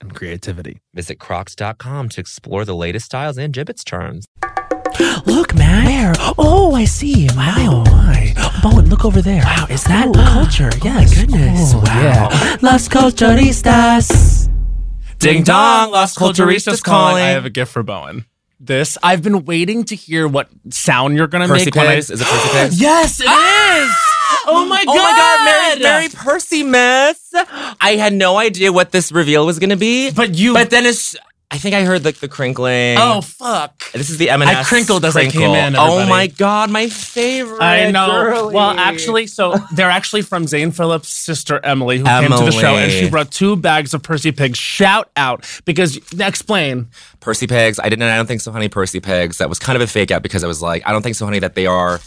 and creativity. Visit crocs.com to explore the latest styles and gibbets charms. Look, man. Where? Oh, I see. Wow. Oh, my. Bowen, look over there. Wow, is that Ooh, culture? Oh, yes. my goodness. Oh, wow. yeah. Las Culturistas. Ding dong, Las Culturistas calling. I have a gift for Bowen. This I've been waiting to hear what sound you're gonna Percy make. when I- Pigs? Is it Percy Pigs? Yes, it is. Oh my god! Oh my God, Mary- Mary Percy Miss. I had no idea what this reveal was gonna be. But you. But then it's. I think I heard like the crinkling. oh fuck! This is the M&S. I crinkled as I came crinkle. in, Oh everybody. my god, my favorite. I know. girly. Well, actually, so they're actually from Zane Phillips' sister Emily, who came to the show, and she Emily. brought two bags of Percy Pig. Shout out because explain. Percy Pigs. I didn't. I don't think so, honey. Percy Pigs. That was kind of a fake out because I was like, I don't think so, honey. That they are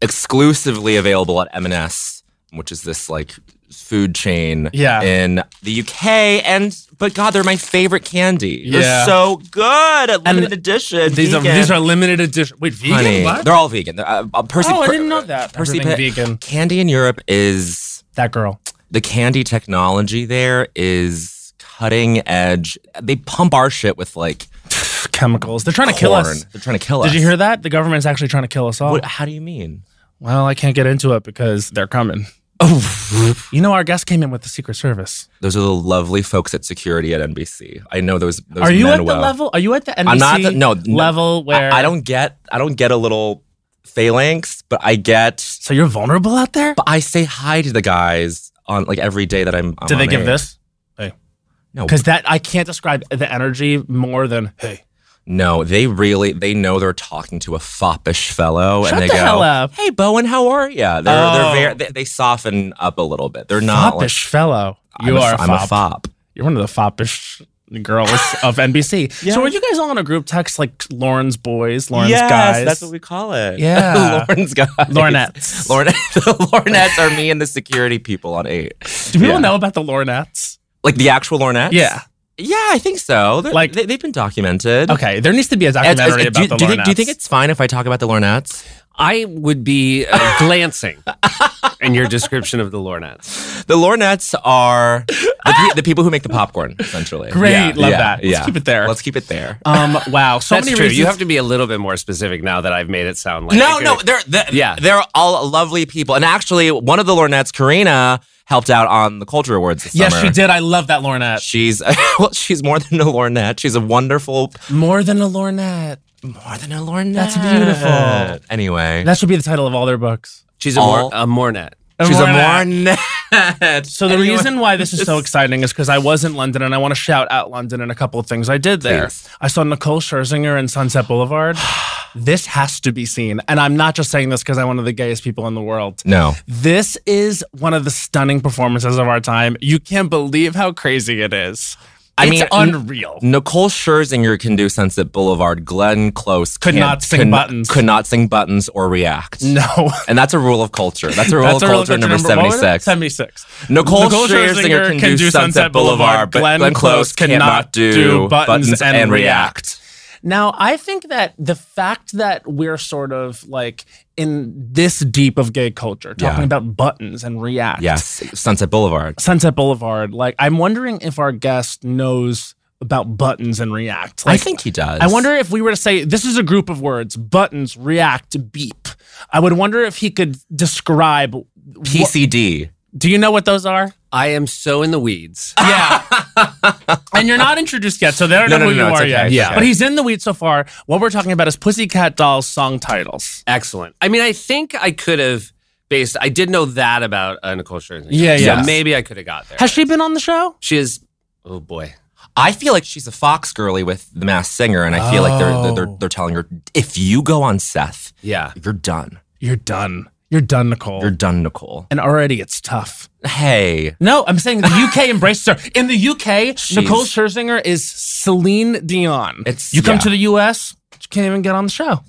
exclusively available at M&S, which is this like food chain Yeah. in the UK. And but God, they're my favorite candy. Yeah. They're so good. At And limited edition. These are vegan. these are limited edition. Wait, vegan? honey. What? They're all vegan. They're, uh, uh, Percy. oh, I Per- didn't know that. Percy Everything Pig- vegan. Candy in Europe is That girl. the candy technology there is cutting edge. They pump our shit with like Chemicals. They're trying to kill corn. us. They're trying to kill us. Did you hear that? The government's actually trying to kill us all. What, how do you mean? Well, I can't get into it because they're coming. Oh, You know, our guest came in with the Secret Service. those are the lovely folks at security at NBC. I know those. those are you men at well. the level? Are you at the NBC I'm not the- no, no. level where I, I don't get. I don't get a little phalanx, but I get. So you're vulnerable out there. But I say hi to the guys on like every day that I'm. I'm Did they on give air. this? No, Because that I can't describe the energy more than hey. no, they really they know they're talking to a foppish fellow, Shut and they the go, hell up. "Hey, Bowen, how are you?" They're Oh. they're very they, they soften up a little bit. They're not like, foppish fellow. You I'm are. a, A I'm fop. a fop. You're one of the foppish girls of NBC. So are you guys all in a group text like Lauren's boys, Lauren's guys? that's what we call it. Yeah. Lauren's guys. Lornettes. Lornettes. the Lornettes are me and the security people on eight. Do people Yeah. know about the Lornettes? Like the actual Lornettes? Yeah. Yeah, I think so. They're, Like- like they, they've been documented. Okay. There needs to be a It's- it's- documentary do, about the do you think, do you Lornettes. think it's fine if I talk about the Lornettes? I would E, be uh, glancing in your description of the Lornettes. The Lornettes are the, pe- the people who make the popcorn, essentially. Great, Yeah, love yeah, that. Let's yeah. keep it there. Let's keep it there. Um, wow, so That's many true. reasons. You have to be a little bit more specific now that I've made it sound like no, it no, could- they're, they're Yeah. they're all lovely people, and actually, one of the Lornettes, Karina, helped out on the Culture Awards this yes, summer. she did. I love that Lornette. She's well, she's more than a Lornette. She's a wonderful, More than a Lornette. more than a Lornette. That's beautiful. Anyway, That should be the title of all their books. She's a, mor- all- a Mornet. she's a Lornette. Lornette. So the Anyway, reason why this is so exciting is because I was in London and I want to shout out London and a couple of things I did there. Please. I saw Nicole Scherzinger in Sunset Boulevard. this has to be seen, and I'm not just saying this because I'm one of the gayest people in the world. no, This is one of the stunning performances of our time. You can't believe how crazy it is. I it's mean, unreal. Nicole Scherzinger can do Sunset Boulevard. Glenn Close Could can't- not sing could- buttons. Could not sing buttons or react. no. And that's a rule of culture. That's a rule of a real culture good number what was it? 76. 76. Nicole, Scherzinger can, do Sunset Boulevard, but Glenn Close cannot do buttons, and react. Now, I think that the fact that we're sort of like in this deep of gay culture, talking Yeah. about buttons and react, Yes, Sunset Boulevard. Sunset Boulevard, like I'm wondering if our guest knows about buttons and react. I Like, think he does. I wonder if we were to say this is a group of words: buttons, react, beep. I would wonder if he could describe. wh- PCD. Do you know what those are? I am so in the weeds. Yeah. and you're not introduced yet, so they don't No, know no, who no, you no, it's are okay, yet. it's okay. But he's in the weeds so far. What we're talking about is Pussycat Dolls song titles. Excellent. I mean, I think I could have based. I did know that about uh, Nicole Scherzinger. Yeah, So yeah. maybe I could have got there. Has she been on the show? She is. Oh boy. I feel like she's a fox girly with the mass singer, and I feel like they're, they're Oh. they're they're telling her if you go on Seth, Yeah. you're done. You're done. You're done, Nicole. You're done, Nicole. and already it's tough. Hey, No, I'm saying the UK embraces her. In the UK, She's- Nicole Scherzinger is Celine Dion. It's- you come yeah. to the US, you can't even get on the show.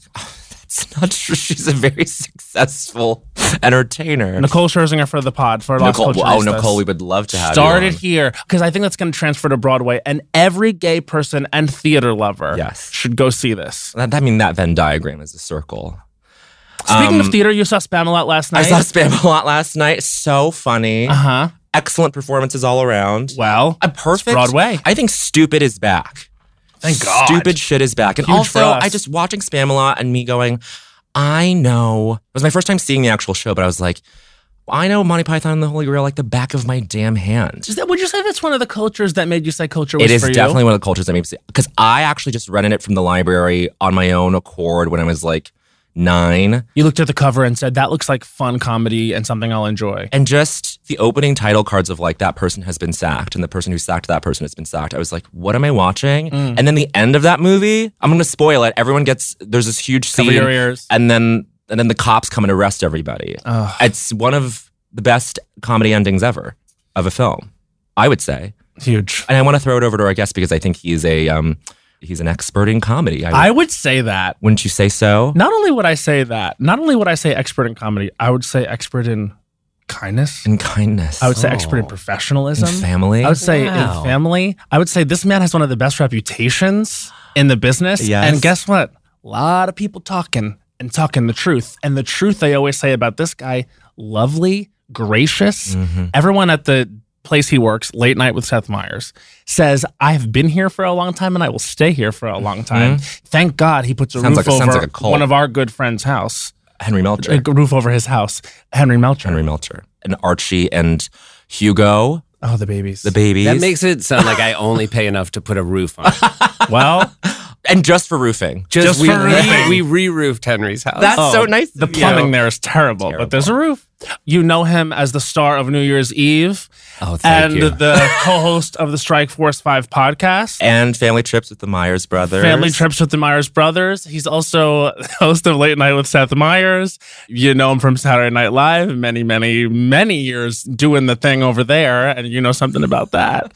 it's not true. She's a very successful entertainer. Nicole Scherzinger for the pod for Lost Nicole, Culture. oh Nicole, we would love to have you started on. here because I think that's going to transfer to Broadway, and every gay person and theater lover Yes. should go see this. That, I mean, that Venn diagram is a circle. Speaking Um, of theater, you saw Spam a lot last I night. saw Spam a lot last night. So funny. Uh huh. Excellent performances all around. Well, A perfect Broadway. I think stupid is back. Thank God. Stupid shit is back. And Huge for also, us. I just watching Spam a lot and me going, I know. It was my first time seeing the actual show, but I was like, I know Monty Python and the Holy Grail like the back of my damn hand. Is that, would you say that's one of the cultures that made you say culture was It is for you? definitely one of the cultures that made me because I actually just rented it from the library on my own accord when I was like nine. You looked at the cover and said, that looks like fun comedy and something I'll enjoy. And just the opening title cards of like that person has been sacked and the person who sacked that person has been sacked. I was like, what am I watching? Mm. And then the end of that movie, I'm gonna spoil it. Everyone gets there's this huge Cover scene your ears. and then and then the cops come and arrest everybody. Ugh. It's one of the best comedy endings ever of a film, I would say. Huge. And I want to throw it over to our guest because I think he's a um, he's an expert in comedy. I, I would say that. wouldn't you say so? Not only would I say that, not only would I say expert in comedy, I would say expert in kindness. In kindness, I would say expert in Oh. professionalism. In family. I would say Wow. in family. I would say this man has one of the best reputations in the business. Yes. And guess what? A lot of people talking and talking the truth. And the truth they always say about this guy, lovely, gracious. Mhm. Everyone at the place he works, late night with Seth Meyers, says, I have been here for a long time and I will stay here for a long time. Thank God he puts a Mm-hmm. Sounds roof like- sounds over like a cult. one of our good friends' house. Henry Melcher. A roof over his house. Henry Melcher. Henry Melcher and Archie and Hugo, Oh, the babies. the babies. That makes it sound like I only pay enough to put a roof on. it. well, and just for roofing. Just, Just we, for roofing. we re-roofed Henry's house. That's Oh, so nice. The of you. plumbing there is terrible, but there's a roof. You know him as the star of New Year's Eve Oh, thank and you. the co-host of the Strike Force Five podcast. and family trips with the Myers brothers. Family trips with the Myers brothers. He's also host of Late Night with Seth Meyers. You know him from Saturday Night Live, many, many, many years doing the thing over there, and you know something about that.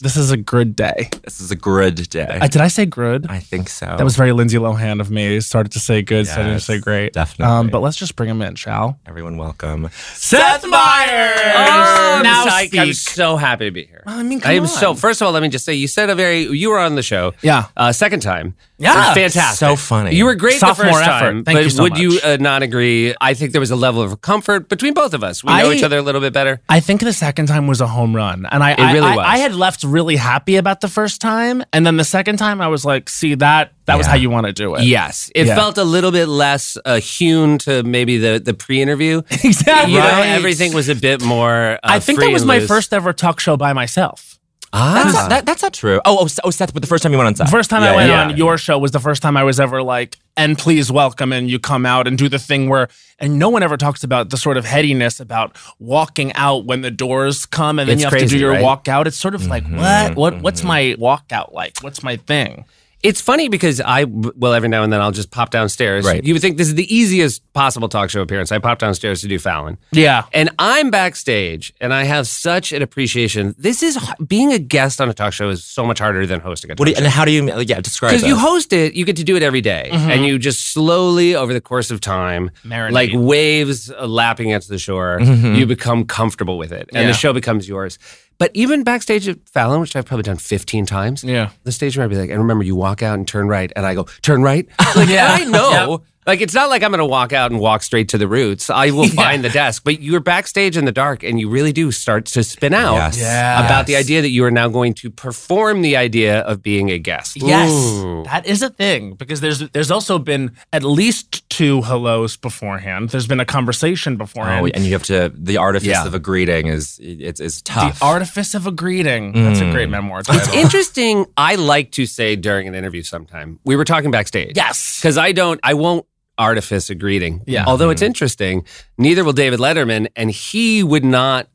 This is a good day. This is a grid day. Uh, did I say good? I think so. That was very Lindsay Lohan of me. Started to say good, started to Yes, say great. definitely. Um, but let's just bring him in, shall? Everyone, welcome. Seth Meyers. Oh, I'm, now psyched. I'm speak. so happy to be here. I mean, come I am on. so. First of all, let me just say, you said a very. You were on the show. Yeah. Uh, second time. Yeah. It was fantastic. So funny. You were great Sophomore the first effort. time. Thank but you so would you much. uh, not agree? I think there was a level of comfort between both of us. We know I- each other a little bit better. I think the second time was a home run, and I I, really I- was. I had left really happy about the first time, and then the second time I was like, "See that? That was Yeah. how you want to do it." Yes, it Yeah. felt a little bit less uh, hewn to maybe the the pre-interview. exactly. You know, everything was a bit more. Uh, I think free that was and my loose. first ever talk show by myself. That's, not, that, that's not true. Oh, oh, S- oh, Seth, but the first time you went on Ah. The Seth. first time I Yeah, went yeah. on your show was the first time I was ever like, and please welcome, and you come out and do the thing where, and no one ever talks about the sort of headiness about walking out when the doors come and then It's you have to crazy, do your right? Mm-hmm, walk walkout. It's sort of like, what? What? What's my walkout like? What's my thing? It's funny because I well every now and then I'll just pop downstairs. Right. You would think this is the easiest possible talk show appearance. I pop downstairs to do Fallon. Yeah. And I'm backstage, and I have such an appreciation. This is being a guest on a talk show is so much harder than hosting a talk What do you, show. and how do you, yeah, describe Because you this. host it, you get to do it every day. and you just slowly over the course of time, Marinate. like waves uh, lapping at the shore, you become comfortable with it, and Yeah. the show becomes yours. But But even backstage at Fallon, which I've probably done 15 times, Yeah. the stage where I'd be like, and remember, you walk out and turn right, and I go, turn right? Like, I know. Like, it's not like I'm going to walk out and walk straight to the roots. I will find the desk, but you're backstage in the dark, and you really do start to spin out Yes. Yeah. about the idea that you are now going to perform the idea of being a guest. Yes, Ooh. that is a thing because there's there's also been at least two hellos beforehand. There's been a conversation beforehand. Oh, and you have to the artifice Yeah. of a greeting is it's is the tough. artifice of a greeting. That's a Mm. great memoir title. It's interesting. I like to say during an interview sometime. We were talking backstage. yes. Because I don't, I won't artifice a greeting. Yeah. Mm-hmm. Although it's interesting, neither will David Letterman, and he would not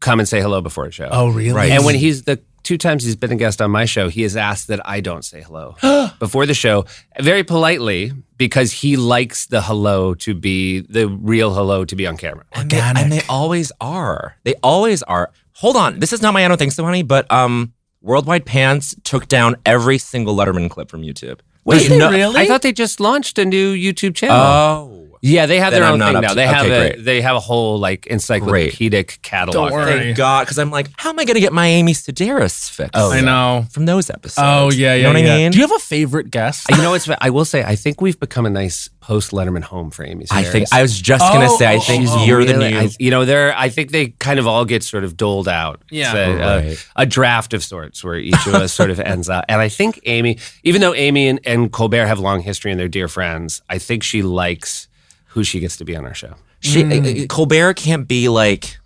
come and say hello before a show. Oh, really? Right. And when he's the two times he's been a guest on my show, he has asked that I don't say hello before the show, very politely, because he likes the hello to be the real hello to be on camera. and, they, and they always are. They always are. Hold on. This is not my I don't think so, honey, but um Worldwide Pants took down every single Letterman clip from YouTube. There's no- I thought they just launched a new YouTube channel. Oh. Yeah, they have Then their I'm own not thing up now. to- They have okay, a great. they have a whole like encyclopedic catalog. Don't Oh, worry. Thank God, because I'm like, how am I going to get my Amy Sedaris fixed? Oh, I know. From those episodes. Oh, yeah, You know yeah, what yeah. I mean? oh, Do you have a favorite guest? You know what's? I will say, I think we've become a nice post Letterman home for Amy. I Sedaris. think I was just gonna Oh, say I oh, think oh, you're the Really, new I- you know, there. I think they kind of all get sort of doled out. Yeah. It's a, a- Right. a draft of sorts where each of us sort of ends up. And I think Amy, even though Amy and, and Colbert have long history and they're dear friends, I think she likes who she gets to be on our show. She uh, uh, Colbert can't be like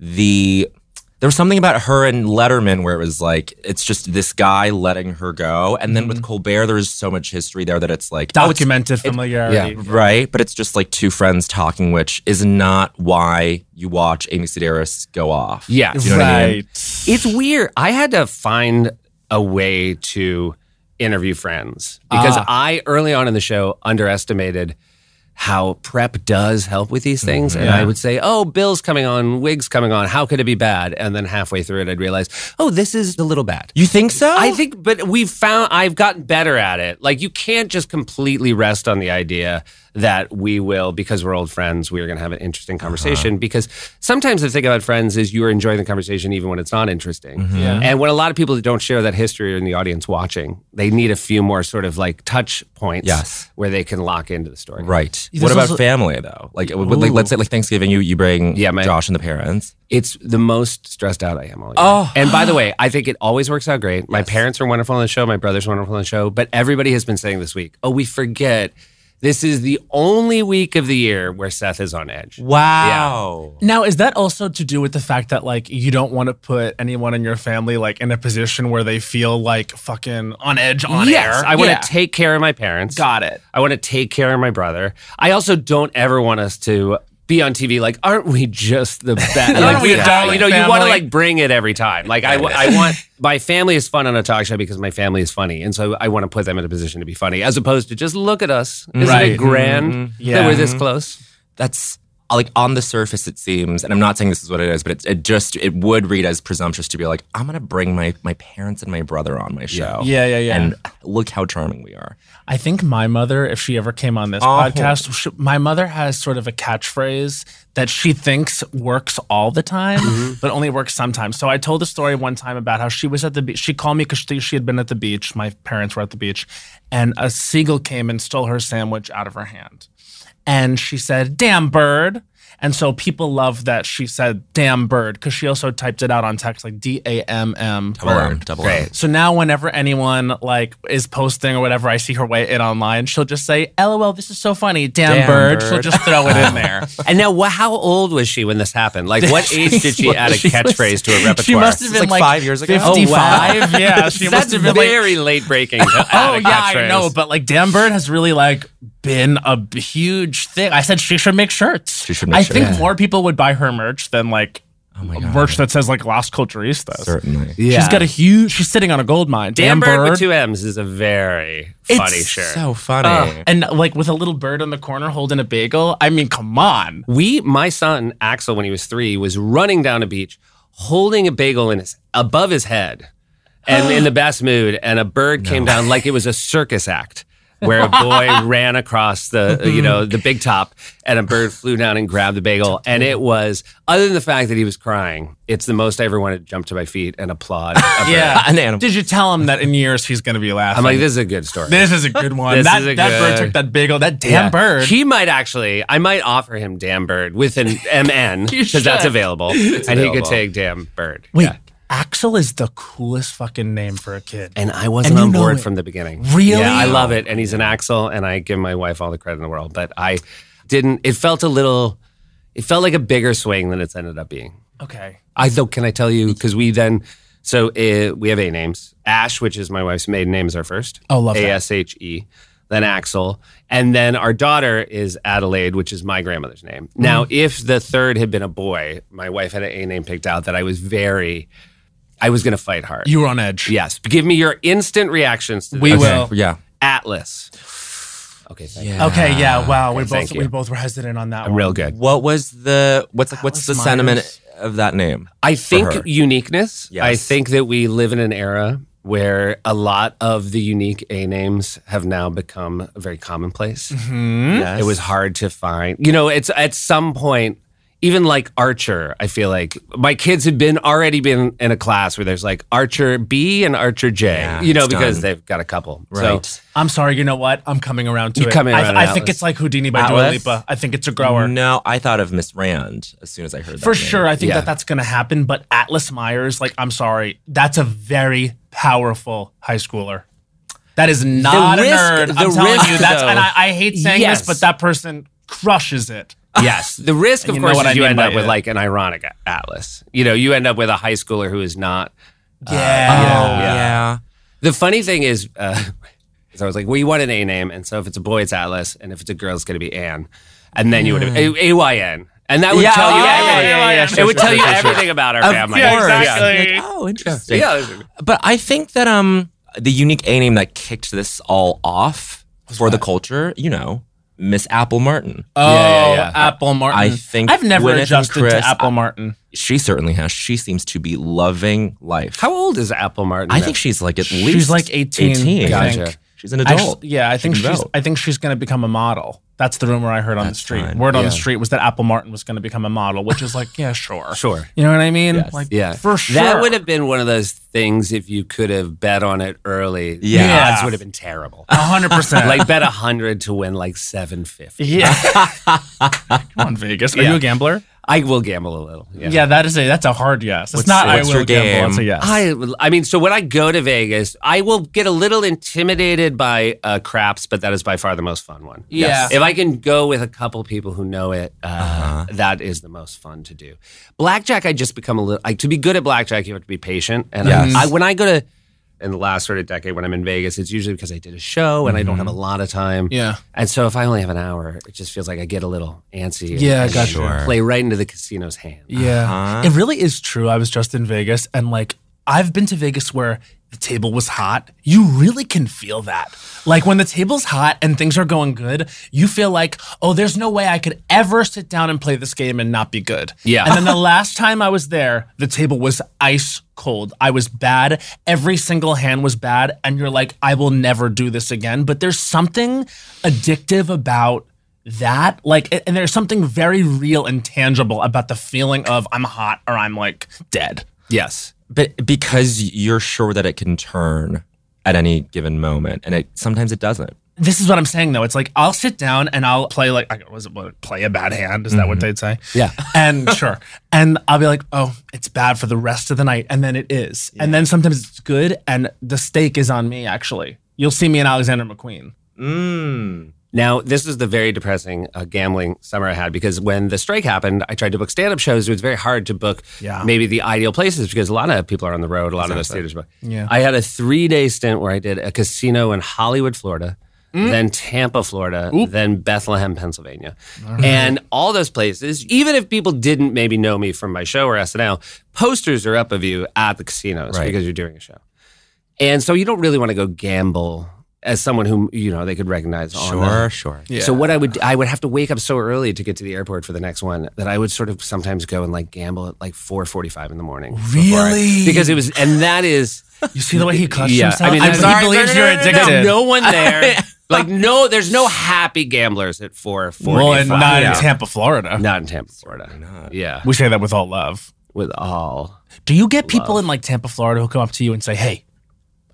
the. There was something about her and Letterman where it was like it's just this guy letting her go, and then Mm-hmm. with Colbert, there's so much history there that it's like oh, it's- Documented familiarity. right? But it's just like two friends talking, which is not why you watch Amy Sedaris go off. Yeah. You know what I mean? It's weird. I had to find a way to interview friends because I early on in the show underestimated how prep does help with these things. And I would say, oh, Bill's coming on, Wig's coming on. How could it be bad? And then halfway through it, I'd realize, oh, this is a little bad. You think so? I think, but we've found I've gotten better at it. Like you can't just completely rest on the idea that we will because we're old friends. We are going to have an interesting Uh-huh. conversation because sometimes the thing about friends is you are enjoying the conversation even when it's not interesting. Mm-hmm. Yeah. And when a lot of people that don't share that history are in the audience watching, they need a few more sort of like touch points Yes. where they can lock into the story. Right. There's what about also- family though? Like, w- w- like, let's say like Thanksgiving, you you bring Yeah, my- Josh and the parents. It's the most stressed out I am all year. Oh. And by the way, I think it always works out great. My parents are wonderful on the show. My brother's wonderful on the show. But everybody has been saying this week, oh, we forget this is the only week of the year where Seth is on edge. Oh. Wow. Now, is that also to do with the fact that like you don't want to put anyone in your family like in a position where they feel like fucking on edge on yes, air? I want to Yeah. take care of my parents. Got it. I want to take care of my brother. I also don't ever want us to be on TV like, aren't we just the best? Like, Aren't we a yeah. darling You know, you want to family? like bring it every time. Like I, I want my family is fun on a talk show because my family is funny, and so I want to put them in a position to be funny, as opposed to just look at us. Isn't Right. Mm-hmm. it grand Yeah. that we're this close? that's like on the surface it seems and i'm not saying this is what it is but it, it just it would read as presumptuous to be like i'm gonna bring my my parents and my brother on my show Yeah, yeah, yeah. and look how charming we are I think my mother, if she ever came on this podcast, sh my mother has sort of a catchphrase that she thinks works all the time, but only works sometimes. So I told a story one time about how she was at the beach. She called me because she, she had been at the beach. My parents were at the beach, and a seagull came and stole her sandwich out of her hand. And she said, Damn bird. And so people love that she said, Damn bird, because she also typed it out on text like D A M M. double M, double M. So now whenever anyone like is posting or whatever, I see her way in online, she'll just say, "LOL, this is so funny, damn, Damn bird. bird. She'll just throw it in there. And now, wha- how old was she when this happened? Like, what age did she add a She was- catchphrase to a repertoire? she must have been like like, five years ago? Oh, wow. Fifty-five. yeah, she must That's have been like. very late breaking. to add Oh a yeah, I catchphrase. know, but like damn bird has really like been a b- huge thing. I said she should make shirts. She should make I shirts. think Yeah. more people would buy her merch than like Oh merch that says like Las Culturistas. certainly She's got a huge. She's sitting on a gold mine. Damn, Damn bird, with two M's is a very funny shirt. so funny and like with a little bird in the corner holding a bagel. I mean, come on. we, my son Axel, when he was three, was running down a beach, holding a bagel in his above his head, and in the best mood. And a bird came down like it was a circus act. where a boy ran across the you know the big top and a bird flew down and grabbed the bagel and it was other than the fact that he was crying it's the most I ever wanted to jump to my feet and applaud a bird. Yeah. An animal. Did you tell him that in years he's going to be laughing? I'm like this is a good story This is a good one. This that is a that bird good- took that big ol' that damn Yeah. bird. He might actually, I might offer him damn bird with an MN because that's available, and he could available. take damn bird. Wait, Yeah. Axel is the coolest fucking name for a kid. and I wasn't you on know board it. from the beginning. Really? Yeah, I love it, and he's an Axel, and I give my wife all the credit in the world. But I didn't. It felt a little. It felt like a bigger swing than it's ended up being. Okay. I though can I tell you because we then so uh we have a names Ash, which is my wife's maiden name, is our first. Oh, love that. A S H E. Then Axel, and then our daughter is Adelaide, which is my grandmother's name. Mm-hmm. Now, if the third had been a boy, my wife had a name picked out that I was very, I was going to fight hard. You were on edge. yes, give me your instant reactions. To We this. will. Yeah. Atlas. Okay, thank you. Okay, yeah, wow. We both Okay, thank we you. both were hesitant on that I'm one. real good. What was the what's like what's the Atlas sentiment Myers. of that name? I her. think uniqueness. Yes. I think that we live in an era where a lot of the unique A names have now become very commonplace. Yes. It was hard to find. You know, it's at some point, even like Archer, I feel like my kids had been already been in a class where there's like Archer B and Archer J, Yeah, you know, it's because done. they've got a couple. So right. I'm sorry, you know what? I'm coming around to You're it. coming I, around I to think Atlas. it's like Houdini by Dua Atlas? Lipa. I think it's a grower. No, I thought of Miss Rand as soon as I heard that. For name. sure, I think Yeah. that that's going to happen. But Atlas Myers, like, I'm sorry, that's a very powerful high schooler. That is not risk- a nerd. I'm the telling risk, you, that's though. and I, I hate saying Yes. this, but that person crushes it. Yes, the risk, of you know course, what I is you mean end by up with it. like an ironic a- atlas. You know, you end up with a high schooler who is not. Yeah. Oh Yeah. yeah. The funny thing is, uh, is I was like, well, you want an A name, and so if it's a boy, it's Atlas, and if it's a girl, it's going to be Anne, and then you would have A A Y N, and that would Mm. Yeah, tell you oh, yeah, everything. yeah, yeah, yeah, it sure, would sure, tell you sure, sure. everything about our Of family. course. Yeah. You're like, oh, interesting. Yeah, it was- But I think that um the unique A name that kicked this all off for the culture, you know, Miss Apple Martin. Oh, yeah, yeah. Apple Martin. I think I've never Gwyneth and adjusted Chris- to Apple Martin. She certainly has. She seems to be loving life. How old is Apple Martin? I now? think she's like at She's least like 18, I think. Gotcha. She's an I adult. just- yeah, I think can she's. vote. I think she's going to become a model. That's the rumor I heard on the That's street. fine. Word on Yeah. the street was that Apple Martin was going to become a model, which is like, yeah, sure, sure. You know what I mean? Like, Yeah, for sure. That would have been one of those things if you could have bet on it early. the Yeah. odds would have been terrible. hundred percent. like bet a hundred to win like seven fifty. Yeah. Come on, Vegas. Are Yeah. you a gambler? I will gamble a little. Yeah. Yeah. that is a that's a hard yes. It's What's- not what's I will your gamble. game? It's a yes. I, I mean, so when I go to Vegas, I will get a little intimidated by uh, craps, but that is by far the most fun one. Yeah. If I can go with a couple people who know it, uh, that is the most fun to do. Blackjack, I just become a little, like, to be good at blackjack, you have to be patient. And Yes. I, I, when I go to, in the last sort of decade when I'm in Vegas, it's usually because I did a show and I don't have a lot of time. yeah. And so if I only have an hour, it just feels like I get a little antsy. Yeah, I and got you. Sure. Play right into the casino's hand. Yeah. Uh-huh. It really is true. I was just in Vegas and like I've been to Vegas where the table was hot. You really can feel that. Like when the table's hot and things are going good, you feel like, oh, there's no way I could ever sit down and play this game and not be good. Yeah. And then the last time I was there, the table was ice cold. I was bad. Every single hand was bad. And you're like, I will never do this again. But there's something addictive about that like a- and there's something very real and tangible about the feeling of i'm hot or i'm like dead Yes. But because you're sure that it can turn at any given moment, and it sometimes it doesn't. this is what i'm saying though it's like i'll sit down and i'll play like I was it what, play a bad hand is that what they'd say Mm-hmm. Yeah. and sure and i'll be like oh it's bad for the rest of the night and then it is and then sometimes it's good and the stake is on me actually you'll see me in alexander mcqueen Mm. Now, this was the very depressing uh, gambling summer I had because when the strike happened, I tried to book stand up shows. It was very hard to book Yeah. maybe the ideal places because a lot of people are on the road, a lot of those theaters. But Yeah. I had a three day stint where I did a casino in Hollywood, Florida, then Tampa, Florida, then Bethlehem, Pennsylvania. And all those places, even if people didn't maybe know me from my show or SNL, posters are up of you at the casinos Right. because you're doing a show. And so you don't really want to go gamble as someone who, you know, they could recognize on the- Sure, sure. Yeah. so what I would I would have to wake up so early to get to the airport for the next one that I would sort of sometimes go and like gamble at like four forty five in the morning. before I- Really? because it was and that is you see the way he clutched yeah. himself I mean, I- that's- he believes you're addicted there's no one there. like no, there's no happy gamblers at four forty. Well, and not yeah. in uh, Tampa, Florida. not in Tampa, Florida. Yeah, We say that with all love. with all. Do you get people in like Tampa, Florida who come up to you and say, Hey,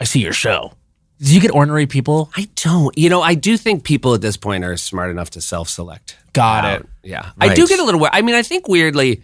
I see your show? Do you get ornery people? I don't. You know, I do think people at this point are smart enough to self-select. Got it. Yeah, I do get a little. weird. I mean, I think weirdly,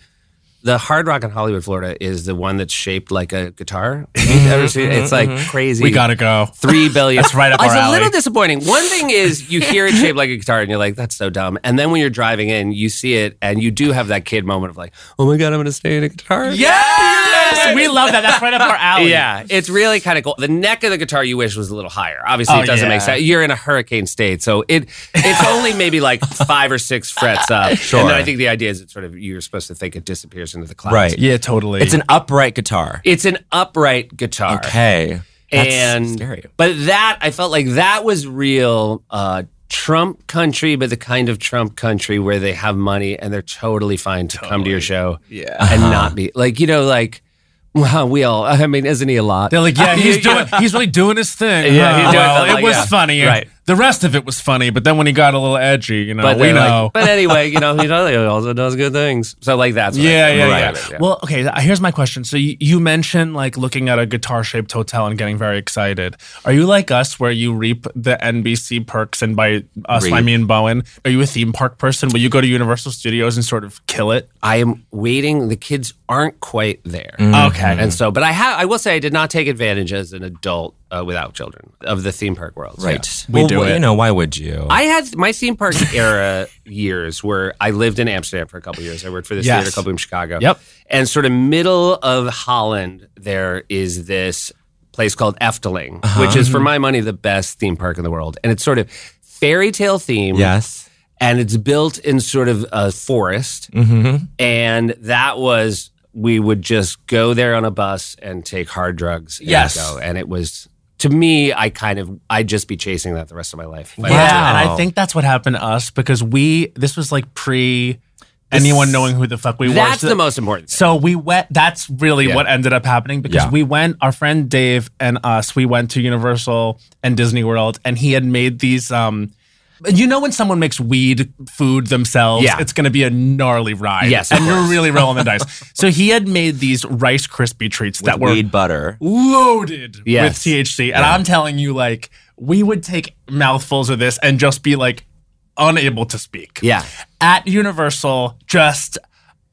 the Hard Rock in Hollywood, Florida, is the one that's shaped like a guitar. You've ever seen it? It's like crazy. Mm-hmm, We gotta go. three billion. That's right up It's our a little alley. disappointing. One thing is you hear it shaped like a guitar, and you're like, "That's so dumb." And then when you're driving in, you see it, and you do have that kid moment of like, "Oh my god, I'm gonna stay in a guitar." Yes, we love that. That's right up our alley. Yeah, it's really kind of cool. The neck of the guitar you wish was a little higher. Obviously, Oh, it doesn't yeah. make sense. You're in a hurricane state, so it it's only maybe like five or six frets up. Sure. And then I think the idea is it's sort of you're supposed to think it disappears into the clouds. Right. yeah, totally. It's an upright guitar. It's an upright guitar. Okay. That's and scary. but that I felt like that was real uh, Trump country, but the kind of Trump country where they have money and they're totally fine to come to your show, yeah, and not be like you know like wow we all I mean isn't he a lot? They're like, yeah, he's Yeah, yeah. doing, he's really doing his thing. Yeah, huh? he's doing well, it, like, it was yeah. funny. Right. The rest of it was funny, but then when he got a little edgy, you know, but we they're like- know. but anyway, you know he totally also does good things. So like that's what I yeah, think yeah, about yeah. it, Well, okay. th- Here's my question. So you, you mentioned like looking at a guitar-shaped hotel and getting very excited. Are you like us, where you reap the NBC perks? And by us, I Reap. mean Bowen. Are you a theme park person? Will you go to Universal Studios and sort of kill it? I am waiting. The kids aren't quite there. Okay. And so, but I have. I will say, I did not take advantage as an adult uh, without children of the theme park world. So- Right. We do it. You know, why would you? I had my theme park era years where I lived in Amsterdam for a couple years. I worked for this Yes. theater company in Chicago. Yep. And sort of middle of Holland, there is this place called Efteling, Uh-huh. which is for Mm-hmm. my money the best theme park in the world. And it's sort of fairy tale themed. yes. And it's built in sort of a forest. Mm-hmm. And that was we would just go there on a bus and take hard drugs. And Yes. Go. And it was to me, I kind of I'd just be chasing that the rest of my life. If I Wow. had to. Yeah, and I think that's what happened to us because we this was like pre anyone knowing who the fuck we were. That's So- the most important. Thing. So we went. That's really Yeah. what ended up happening because Yeah. we went. Our friend Dave and us. We went to Universal and Disney World, and he had made these. um you know when someone makes weed food themselves, Yeah. it's going to be a gnarly ride. Yes, of and you're really rolling the dice. So he had made these Rice Krispie treats that were weed butter. loaded Yes. with THC. And I'm telling you, like, we would take mouthfuls of this and just be like unable to speak. Yeah. At Universal, just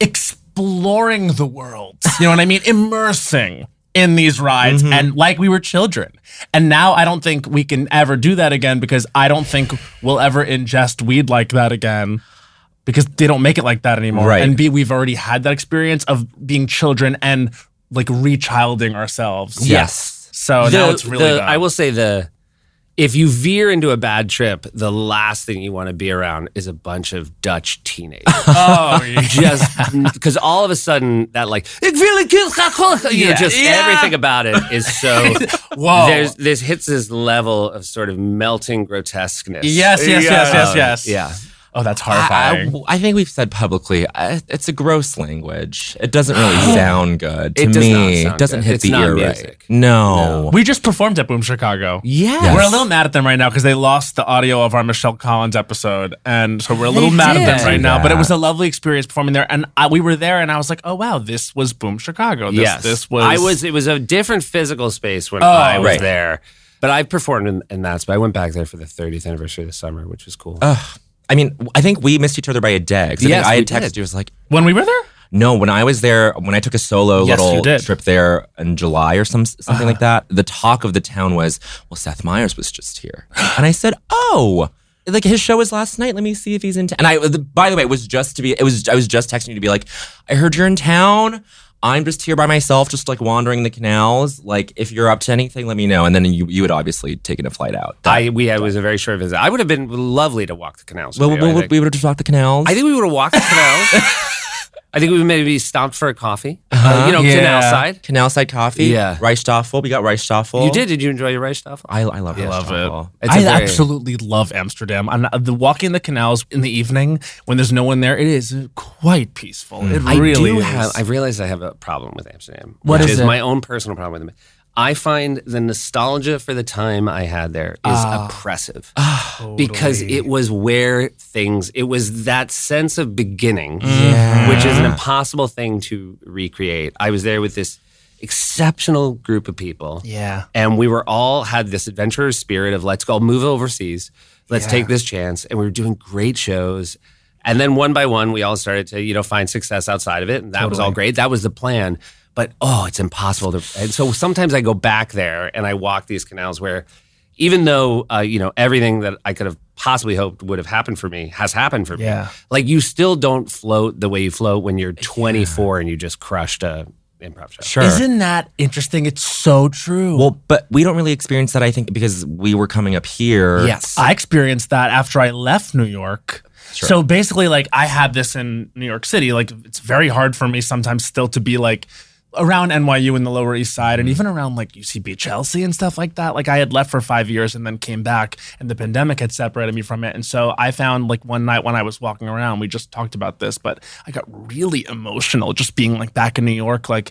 exploring the world. You know what I mean? Immersing in these rides Mm-hmm. and like we were children. And now I don't think we can ever do that again because I don't think we'll ever ingest weed like that again. Because they don't make it like that anymore. Right. And B, we've already had that experience of being children and like rechilding ourselves. Yes. So Oh, now it's really the- bad. I will say the if you veer into a bad trip, the last thing you want to be around is a bunch of Dutch teenagers. Oh, yeah. just because all of a sudden that like "Ik wil een kind gaan golven," you know, Yeah. just Yeah. Oh. everything about it is so Whoa. There's this hits this level of sort of melting grotesqueness. yes, yes, yes, yes, Um, yes. Yeah. Oh, that's I, horrifying. I- I think we've said publicly I, it's a gross language. It doesn't really sound good to It does not me. sound it doesn't good. hit It's the not ear music. right. No. we just performed at Boom Chicago. Yes. We're a little mad at them right now because they lost the audio of our Michelle Collins episode, and so we're a little mad at did. them right now. But it Yeah. was a lovely experience performing there, and I, we were there, and I was like, "Oh wow, this was Boom Chicago. This, yes. this was." I was it was a different physical space Oh, when I was right. there. But I performed in, in that space. I went back there for the 30th anniversary this summer, which was cool. I mean, I think we missed each other by a day. 'cause I, Yes, think I we had texted did. you. I was like, when we were there. No, when I was there, when I took a solo Yes, you little did. trip there in July or some something Uh. like that, the talk of the town was, "Well, Seth Meyers was just here," and I said, "Oh." Like his show was last night. Let me see if he's in town. And I, the, by the way, it was just to be. It was I was just texting you to be like, I heard you're in town. I'm just here by myself, just like wandering the canals. Like if you're up to anything, let me know. And then you you had obviously taken a flight out. I we I was a very short visit. I would have been lovely to walk the canals. well, with you, we- I, think. we would have just walked the canals. I think we would have walked the canals. I think we maybe stopped for a coffee. Uh, Uh-huh. you know, canal side. canal side coffee. Yeah. Reichstoffel. We got Reichstoffel. You did? Did you enjoy your rice stuff? I, I love love, Reichstoffel. it. It's a I very- absolutely love Amsterdam. And the walking the canals in the evening when there's no one there, it is quite peaceful. It Mm. I really do is. have. I realize I have a problem with Amsterdam. What which is is it? my own personal problem with it. I find the nostalgia for the time I had there is Ah. oppressive because it was where things, it was that sense of beginning, which is an impossible thing to recreate. I was there with this exceptional group of people. Yeah. And we were all had this adventurous spirit of let's go move overseas. Let's take this chance. And we were doing great shows. And then one by one, we all started to, you know, find success outside of it. And that was all great. That was the plan. But oh, it's impossible to. And so sometimes I go back there and I walk these canals where even though, uh, you know, everything that I could have possibly hoped would have happened for me has happened for me. Yeah. Like you still don't float the way you float when you're 24 and you just crushed a improv show. Sure. Isn't that interesting? It's so true. well, but we don't really experience that, I think, because we were coming up here. Uh, Yes. I experienced that after I left New York. So basically, like I had this in New York City. Like it's very hard for me sometimes still to be like around NYU in the Lower East Side and even around like UCB Chelsea and stuff like that. Like I had left for five years and then came back and the pandemic had separated me from it. And so I found like one night when I was walking around, we just talked about this, but I got really emotional just being like back in New York, like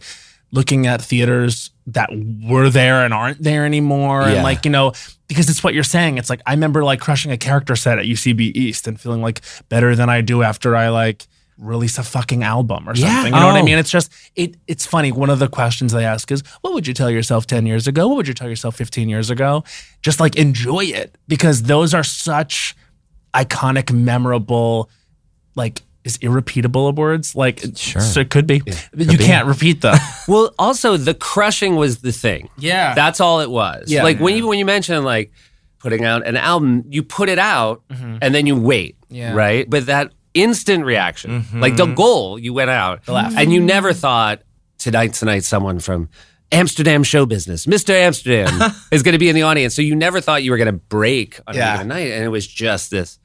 looking at theaters that were there and aren't there anymore and Yeah. like you know because it's what you're saying it's like i remember like crushing a character set at ucb east and feeling like better than i do after i like release a fucking album or something you know what i Oh. mean it's just it it's funny one of the questions they ask is what would you tell yourself 10 years ago what would you tell yourself 15 years ago just like enjoy it because those are such iconic memorable like is irrepeatable of words like Sure. so it could be you can't repeat them Well, also the crushing was the thing. yeah That's all it was. Yeah. Like when you when you mention like putting out an album, you put it out and then you wait. Mm-hmm. Yeah. Mm-hmm. Right? But that instant reaction, like the goal, you went out and you never thought tonight's the night someone from Amsterdam show business, Mr. Amsterdam is going to be in the audience. So you never thought you were going to break on Yeah. a given night. And it was just this,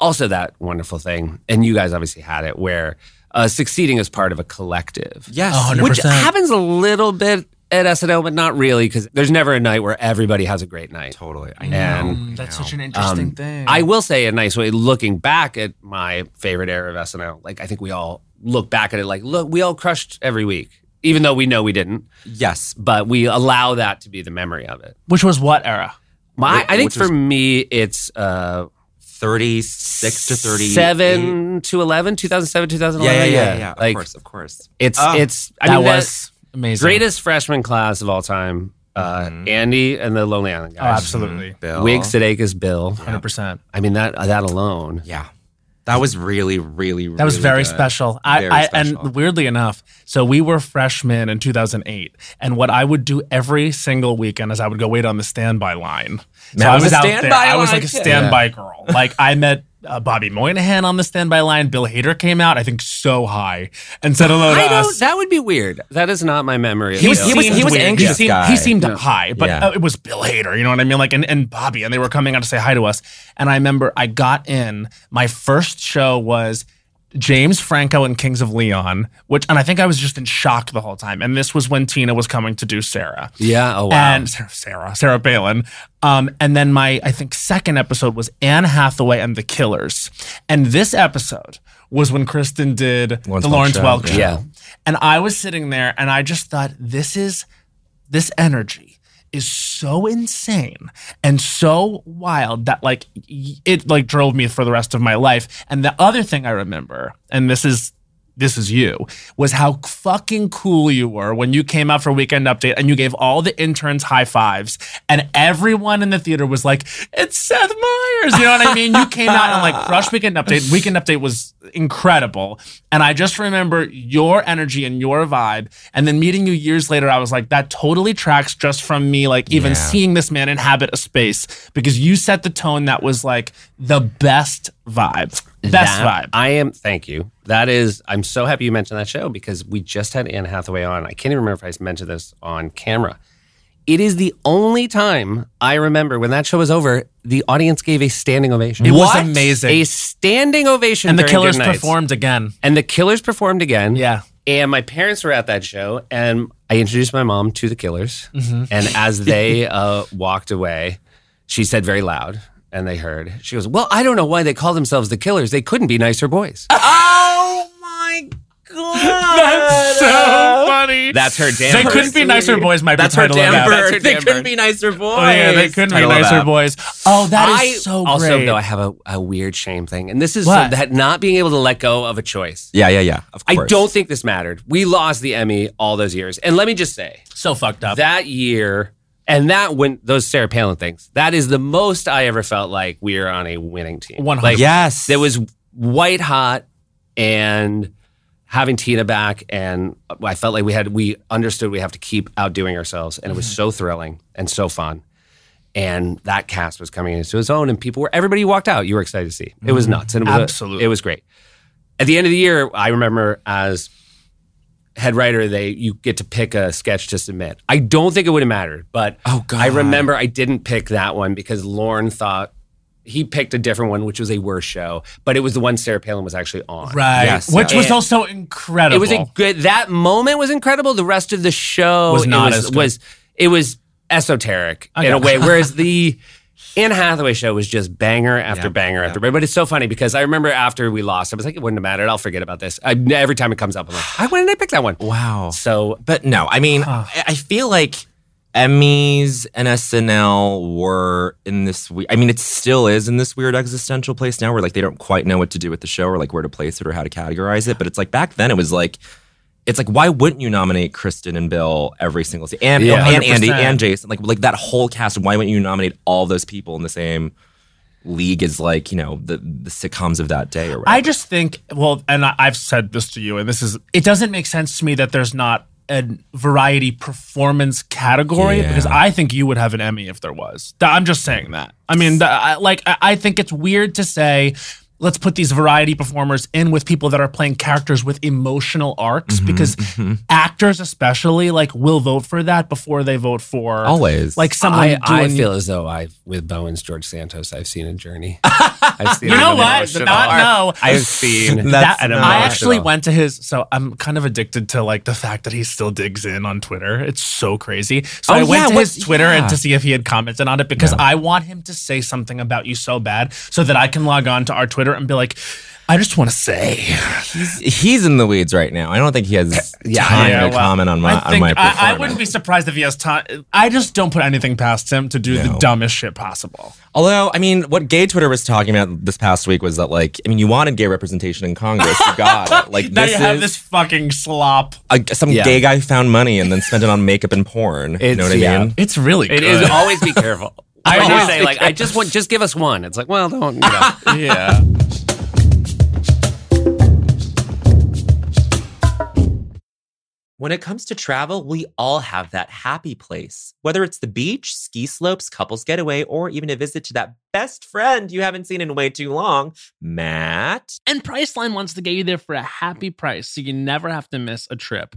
also that wonderful thing. And you guys obviously had it where uh, succeeding is part of a collective. Yes. Which happens a little bit at SNL, but not really, because there's never a night where everybody has a great night. Totally. I And Mm, That's such an interesting thing. I will say a nice way, looking back at my favorite era of SNL, like I think we all look back at it like, look, we all crushed every week, even though we know we didn't, Yes. but we allow that to be the memory of it. Which was what era? My, I think Which for was- me, it's uh, 36 to 30. 7 to 11, 2007, Yeah, yeah, 2011. yeah. yeah. Of Like, course. Of course. it's, Oh. it's, I that mean, was amazing. greatest freshman class of all time. Uh, Mhm. Andy and the Lonely Island Mm-hmm. Oh, guys. absolutely. Bill. Wig Sudeikis, Bill. 100%. I mean that uh, that alone. Yeah. That was really, really, That was really very good. special. I, Very I special. and weirdly enough, so we were freshmen in 2008, and what I would do every single weekend is I would go wait on the standby line. So Man, I the was out there. standby I was line, like a yeah. standby girl. Like I met uh, Bobby Moynihan on the standby line. Bill Hader came out, I think, so high and said hello to uh, I us. don't. That would be weird. That is not my memory. of He was, Bill. he was, seemed he was weird. anxious. Yeah. He seemed, guy. he seemed high, but Yeah. uh, it was Bill Hader. You know what I mean? Like and, and Bobby, and they were coming out to say hi to us. And I remember I got in. My first show was James Franco and Kings of Leon, which and I think I was just in shock the whole time. And this was when Tina was coming to do Sarah. yeah. Oh wow. And Sarah, Sarah, Sarah Palin. Um, and then my, I think, second episode was Anne Hathaway and the Killers. And this episode was when Kristen did Lawrence the Welk Lawrence show, Welk yeah. show. Yeah. And I was sitting there and I just thought, this is, this energy is so insane and so wild that like y- it like drove me for the rest of my life. And the other thing I remember, and this is this is you, was how fucking cool you were when you came out for Weekend Update and you gave all the interns high fives, and everyone in the theater was like, "It's Seth Meyers," you know what I mean? You came out and like crushed Weekend Update. Weekend Update was incredible, and I just remember your energy and your vibe. And then meeting you years later, I was like, "That totally tracks." Just from me, like even Yeah. seeing this man inhabit a space because you set the tone that was like the best vibe, best That- vibe. I am. Thank you. That is. I'm so happy you mentioned that show because we just had Anne Hathaway on. I can't even remember if I mentioned this on camera. It is the only time I remember when that show was over. The audience gave a standing ovation. It was What? amazing. A standing ovation. and the during killers Good Nights. performed again. And the Killers performed again. Yeah. And my parents were at that show, and I introduced my mom to the Killers. Mm-hmm. And as they uh, walked away, she said very loud, and they heard, she goes, Well, I don't know why they call themselves the Killers. They couldn't be nicer boys. Oh my Oh God. So funny. That's her damn. they couldn't be nicer boys. Might That's be her title of damn that. bird. her They damn couldn't bird. be nicer boys. Oh yeah, they couldn't be Title of nicer that. boys. Oh, that I is so also great. though I have a, a weird shame thing, and this is What? that not being able to let go of a choice. Yeah, yeah, yeah. Of I course. don't think this mattered. We lost the Emmy all those years, and let me just say so fucked up. that year and that when those Sarah Palin things. That is the most I ever felt like we are on a winning team. 100. Like Yes, that was white hot and having Tina back and I felt like we had we understood we have to keep outdoing ourselves and it Mm-hmm. was so thrilling and so fun. And that cast was coming into its own and people were everybody who walked out you were excited to see. It Mm-hmm. was nuts and it was Absolutely. it was great. At the end of the year I remember as head writer they you get to pick a sketch to submit. I don't think it would have mattered, but Oh, God. I remember I didn't pick that one because Lauren thought he picked a different one, which was a worse show, but it was the one Sarah Palin was actually on. right, Yes, which yeah. was And- also incredible. It was a good. That moment was incredible. The rest of the show Was not it was, as good. was- it was esoteric in a way. Whereas the Anne Hathaway show was just banger after banger after banger. But it's so funny because I remember after we lost, I was like, it wouldn't have mattered. I'll forget about this. I, every time it comes up, I'm like, I, why didn't I pick that one? Wow. So But no, I mean, I, I feel like Emmys and SNL were in this. We- I mean, it still is in this weird existential place now, where like they don't quite know what to do with the show, or like where to place it, or how to categorize it. But it's like back then, it was like. It's like, why wouldn't you nominate Kristen and Bill every single season? And, Yeah. and Andy 100%. and Jason, like like that whole cast. Why wouldn't you nominate all those people in the same league as like you know the the sitcoms of that day or whatever? I just think, well, and I, I've said this to you, and this is, it doesn't make sense to me that there's not a variety performance category Yeah. because I think you would have an Emmy if there was. Th- I'm just saying that. I mean, the, I, like, I, I think it's weird to say, let's put these variety performers in with people that are playing characters with emotional arcs because actors, especially, like, will vote for that before they vote for. always Like someone I, doing, I feel as though I, with Bowen's George Santos, I've seen a journey. I've seen you an know what? emotional Not, arc. no, I've seen That's that, not I at actually all. went to his. So I'm kind of addicted to like the fact that he still digs in on Twitter. It's so crazy. So Oh, I went yeah, to what- his Twitter yeah. and to see if he had commented on it because I want him to say something about you so bad so that I can log on to our Twitter and be like, I just want to say. he's, he's in the weeds right now. I don't think he has Yeah, time Eh, yeah, to well, comment on my I think on my performance. I, I wouldn't be surprised if he has time. I just don't put anything past him to do the No. dumbest shit possible. Although, I mean, what gay Twitter was talking about this past week was that, like, I mean, you wanted gay representation in Congress, you got it. Like, now this you is have this fucking slop. a, some Yeah. gay guy found money and then spent it on makeup and porn. you It's- know what I yeah. mean? It's really It good. is always be careful. I always always be say like, I just want, just give us one. It's like, well, don't. You know. yeah. When it comes to travel, we all have that happy place. Whether it's the beach, ski slopes, couples getaway, or even a visit to that best friend you haven't seen in way too long, Matt. And Priceline wants to get you there for a happy price so you never have to miss a trip.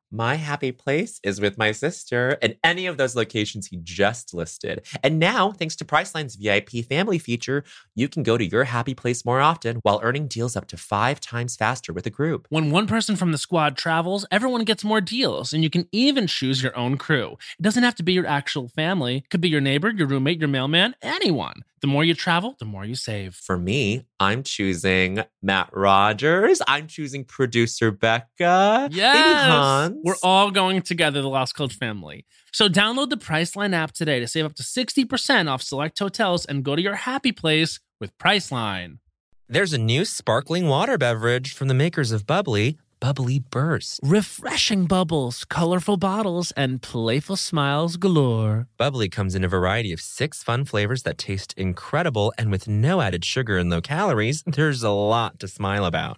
My happy place is with my sister in any of those locations he just listed. And now, thanks to Priceline's VIP family feature, you can go to your happy place more often while earning deals up to five times faster with a group. When one person from the squad travels, everyone gets more deals, and you can even choose your own crew. It doesn't have to be your actual family, it could be your neighbor, your roommate, your mailman, anyone. The more you travel, the more you save. For me, I'm choosing Matt Rogers. I'm choosing producer Becca. Maybe Yes. Hans. We're all going together, the Lost Coach family. So download the Priceline app today to save up to 60% off select hotels and go to your happy place with Priceline. There's a new sparkling water beverage from the makers of Bubbly, Bubbly Burst. Refreshing bubbles, colorful bottles, and playful smiles galore. Bubbly comes in a variety of six fun flavors that taste incredible, and with no added sugar and low calories, there's a lot to smile about.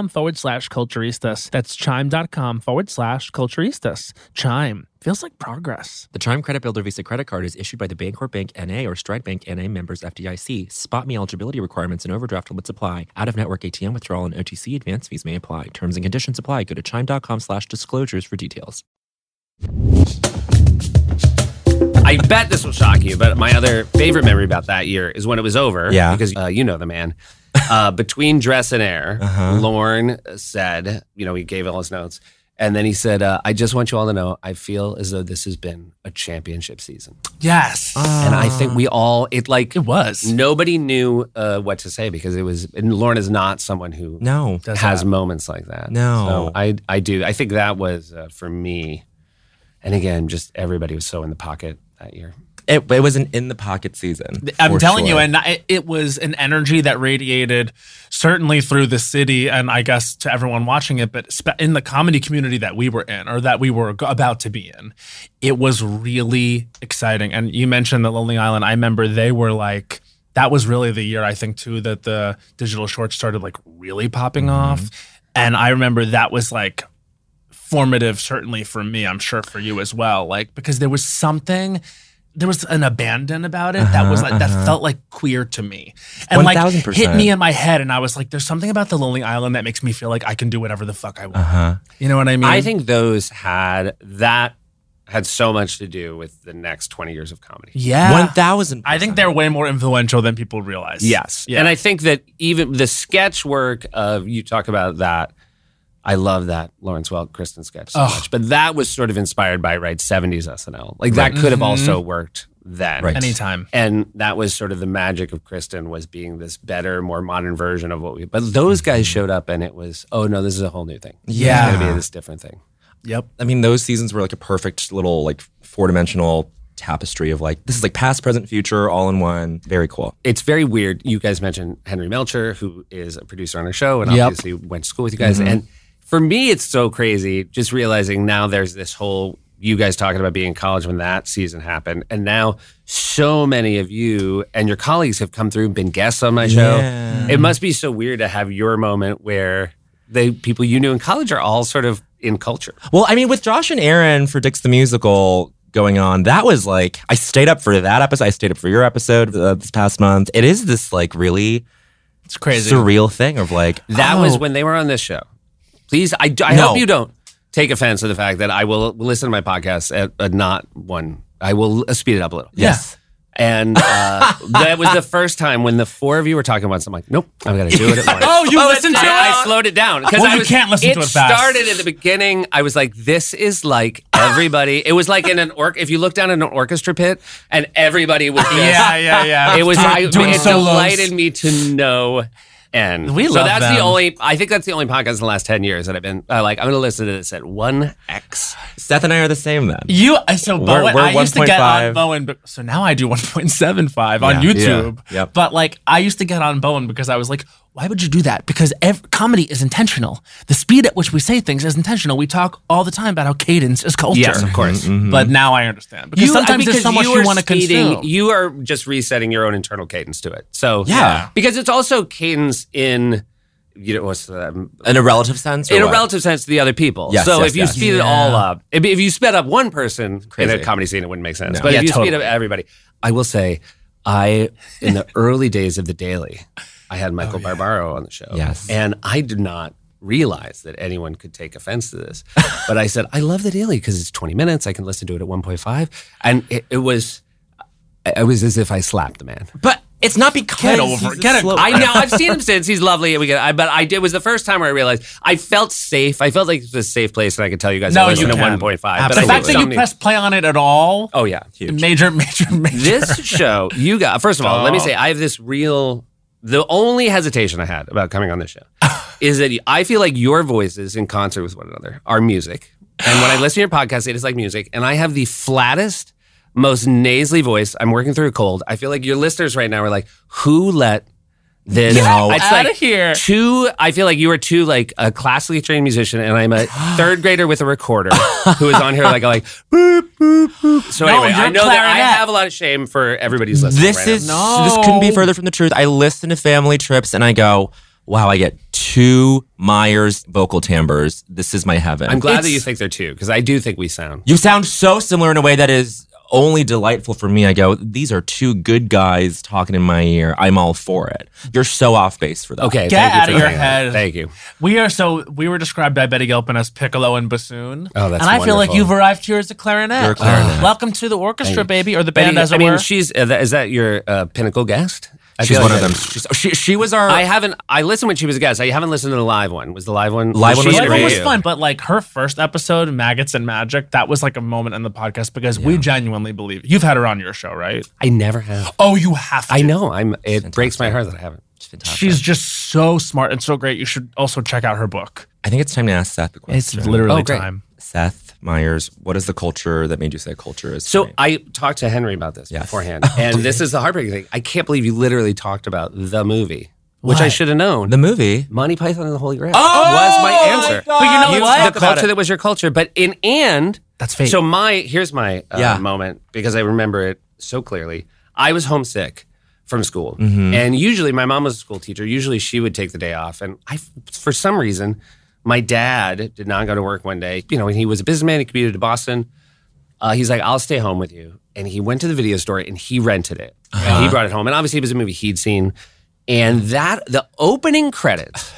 forward slash culturistas. That's chime.com forward slash culturistas. Chime feels like progress. The Chime Credit Builder Visa credit card is issued by the Bancorp Bank NA or Stride Bank NA members FDIC. Spot me eligibility requirements and overdraft limits apply. Out of network ATM withdrawal and OTC advance fees may apply. Terms and conditions apply. Go to chime.com slash disclosures for details. I bet this will shock you, but my other favorite memory about that year is when it was over. Yeah. Because uh, you know the man. Uh, between dress and air, Uh-huh. Lorne said, you know, he gave all his notes. And then he said, uh, I just want you all to know, I feel as though this has been a championship season. Yes. and I think we all, it like, Uh, it was. nobody knew uh, what to say because it was, and Lorne is not someone who No. has moments like that. No. So I, I do. I think that was uh, for me. And again, just everybody was so in the pocket that year. It, it was an in the pocket season. I'm for telling you, sure. and I, it was an energy that radiated certainly through the city, and I guess to everyone watching it, but spe- in the comedy community that we were in or that we were go- about to be in, it was really exciting. And you mentioned the Lonely Island. I remember they were like that was really the year I think too that the digital shorts started like really popping Mm-hmm. off, and I remember that was like formative certainly for me i'm sure for you as well like because there was something there was an abandon about it that Uh-huh, was like that felt like queer to me and like 1000%. hit me in my head and i was like there's something about the lonely island that makes me feel like i can do whatever the fuck i want Uh-huh. you know what i mean I think those had that had so much to do with the next 20 years of comedy. yeah 1000 uh, i think they're way more influential than people realize yeah And I think that even the sketch work of you talk about that I love that Lawrence Welk Kristen sketch so Ugh. much, but that was sort of inspired by right 70s SNL. Like that could Mm-hmm. have also worked then. Right. anytime And that was sort of the magic of Kristen was being this better, more modern version of what we. But those guys showed up, and it was, oh no, this is a whole new thing. it's gonna Yeah. be this different thing. yep I mean, those seasons were like a perfect little like four dimensional tapestry of like this is like past, present, future, all in one. Very cool. it's very weird. You guys mentioned Henry Melcher, who is a producer on our show and Yep. Mm-hmm. obviously went to school with you guys. And for me, it's so crazy just realizing now there's this whole you guys talking about being in college when that season happened. And now so many of you and your colleagues have come through and been guests on my show. Yeah. It must be so weird to have your moment where the people you knew in college are all sort of in culture. Well, I mean, with Josh and Aaron for Dix the Musical going on, that was like I stayed up for that episode. I stayed up for your episode uh, this past month. It is this like really it's crazy surreal thing of like That oh, was when they were on this show. Please, I, I No. hope you don't take offense to the fact that I will listen to my podcast at, at not one. I will uh, speed it up a little. yes. And uh, that was the first time when the four of you were talking about this. I'm like, nope, I'm going to do it at once. Oh, you listened to I, I it? slowed it down. 'cause Well, I you was- can't listen to it fast. started at the beginning. I was like, this is like everybody. it was like in an orc. If you look down in an orchestra pit and everybody was this. yeah yeah yeah It was I, doing it solos. delighted me to know. And We so love that's the them. only. I think that's the only podcast in the last ten years that I've been uh, like. I'm going to listen to this at one x. Seth and I are the same then. You uh, so We're- Bowen. we're I used to get 1.5. on Bowen, but so now I do one point seven five on Yeah. YouTube. Yeah. Yep. But like I used to get on Bowen because I was like, why would you do that? Because ev- comedy is intentional. The speed at which we say things is intentional. We talk all the time about how cadence is culture. Yes, Mm-hmm. of course. But now I understand because sometimes there's so much you, are want to speeding- consume. You are just resetting your own internal cadence to it. So Yeah. because it's also cadence in you know what's the, um, In a relative sense, or in a what? relative sense to the other people. Yes, so yes, if you yes. speed it all up, if, if you sped up one person in Crazy. a comedy scene, it wouldn't make sense. But Yeah, if you speed up totally. everybody, I will say, I in the early days of the Daily, I had Michael Barbaro on the show. Oh, Yes. and I did not realize that anyone could take offense to this. but I said, I love the daily because it's 20 minutes. I can listen to it at 1.5. And it, it was, it was as if I slapped the man. But it's not because Get over he's it. a Get it. slow- I I know. I've seen him since. He's lovely. We get, I, but I did. It was the first time where I realized I felt safe. I felt like it was a safe place, and I could tell you guys. No, I listened you to can. one point five. The fact that you press play on it at all, Oh yeah. major, major, major. This show, you got. First of all, Oh. let me say I have this real. The only hesitation I had about coming on this show is that I feel like your voices in concert with one another are music, and when I listen to your podcast, it is like music, and I have the flattest. Most nasally voice. I'm working through a cold. I feel like your listeners right now are like, "Who let this?" No. it's out like, of here. two i feel like you are two like a classically trained musician and i'm a third grader with a recorder who is on here like like boop, boop, boop. so No, anyway you're i know that i clarinet. have a lot of shame for everybody's listening This right is now. this couldn't be further from the truth. I listen to family trips and I go, wow, I get two Myers vocal timbres. This is my heaven. i'm glad that you think they're two because i do think we sound You sound so similar in a way that is only delightful for me. I go, these are two good guys talking in my ear. I'm all for it. You're so off base for that. okay Get thank you out for of your saying that. head. thank you We are so we were described by Betty Gilpin as piccolo and bassoon. Oh, that's and I feel like wonderful. you've arrived here as a clarinet. Uh, You're a clarinet. Welcome to the orchestra, baby, or the Betty, band, as it i mean were. she's uh, that- is that your uh, pinnacle guest I She's feel one of like them. that- She's, oh, she, she was our. I haven't. I listened when she was a guest. I haven't listened to the live one. Was the live one? Live one she was Well, great. it interviewed was you? fun, but like her first episode, Maggots and Magic, that was like a moment in the podcast because we genuinely believe you've had her on your show, right? I never have. Oh, you have to. I know. I'm. It breaks my heart that I haven't. It's fantastic. She's just so smart and so great. You should also check out her book. I think it's time to ask Seth the question. It's literally Oh, great. time. Seth Myers, what is the culture that made you say culture is? So funny? I talked to Henry about this Yes. Oh, beforehand, and this is the heartbreaking thing. I can't believe you literally talked about the movie, which I should have known. the movie. Monty Python and the Holy Oh, Grail was my answer. God. But you know You- what? The culture that was your culture, but in and That's fake. so my here's my uh, Yeah. moment because I remember it so clearly. I was homesick from school, and usually my mom was a school teacher. Usually she would take the day off, and I for some reason my dad did not go to work one day. You know, and he was a businessman. He commuted to Boston. Uh, he's like, I'll stay home with you. And he went to the video store and he rented it. And he brought it home. And obviously, it was a movie he'd seen. And that, the opening credits,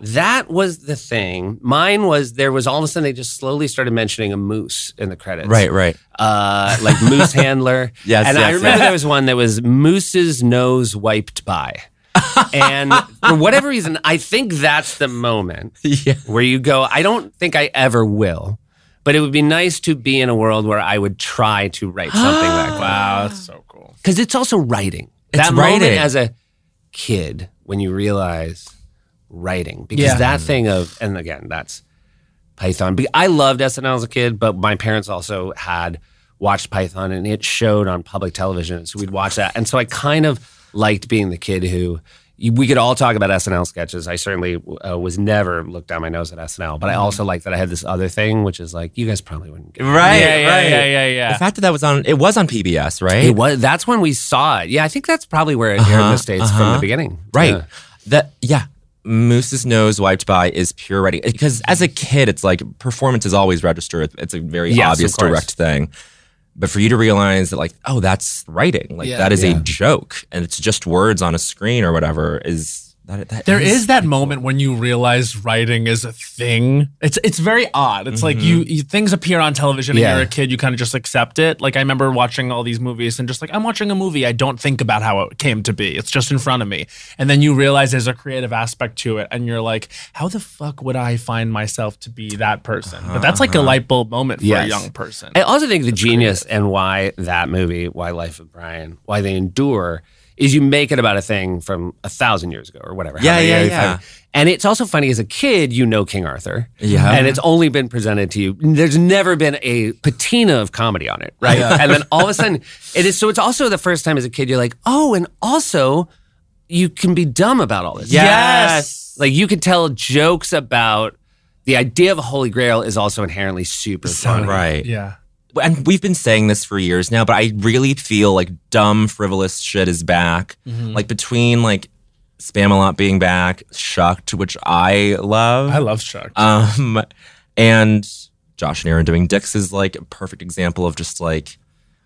that was the thing. Mine was there was all of a sudden they just slowly started mentioning a moose in the credits. Right, right. Uh, like Moose Handler. Yes, And I yes, yes. remember there was one that was Moose's Nose Wiped By. and for whatever reason, I think that's the moment Yeah. where you go, I don't think I ever will, but it would be nice to be in a world where I would try to write something like that. wow, that's so cool. Because it's also writing. It's that moment writing. as a kid when you realize writing, because Yeah. that thing of, and again, that's Python. Be- I loved SNL as a kid, but my parents also had watched Python and it showed on public television. So we'd watch that. And so I kind of liked being the kid who we could all talk about SNL sketches. I certainly uh, was never looked down my nose at SNL, but I also liked that I had this other thing, which is like, you guys probably wouldn't get Right, Yeah, yeah, right. yeah, yeah, yeah. The fact that that was on, it was on PBS, right? Uh-huh, it. Was, that's when we saw it. Yeah, I think that's probably where it aired in the States from the beginning. Right. Yeah. That yeah. Moose's nose wiped by is pure writing because as a kid, it's like performance is always registered. It's a very Yes, of obvious course. direct thing. But for you to realize that, like, oh, that's writing. Like Yeah. that is a joke, and it's just words on a screen or whatever. Is that, that There is that moment when you realize writing is a thing. It's it's very odd. It's like you, you things appear on television Yeah. and you're a kid, you kind of just accept it. Like I remember watching all these movies and just like I'm watching a movie, I don't think about how it came to be. It's just in front of me. And then you realize there's a creative aspect to it and you're like, how the fuck would I find myself to be that person? But that's like a light bulb moment for Yes. a young person. I also think the genius and why that movie, why Life of Brian, why they endure is you make it about a thing from a thousand years ago or whatever. how Yeah, many yeah, years- yeah. And it's also funny as a kid, you know King Arthur. Yeah. And it's only been presented to you. There's never been a patina of comedy on it, right? And then all of a sudden, it is. So it's also the first time as a kid you're like, oh, and also you can be dumb about all this. Yes. Like you could tell jokes about the idea of a holy grail is also inherently super funny. right. Yeah. and we've been saying this for years now, but I really feel like dumb, frivolous shit is back. Like between like Spam a lot being back, Shucked, which I love. I love Chuck. Um, and Josh and Aaron doing dicks is like a perfect example of just like,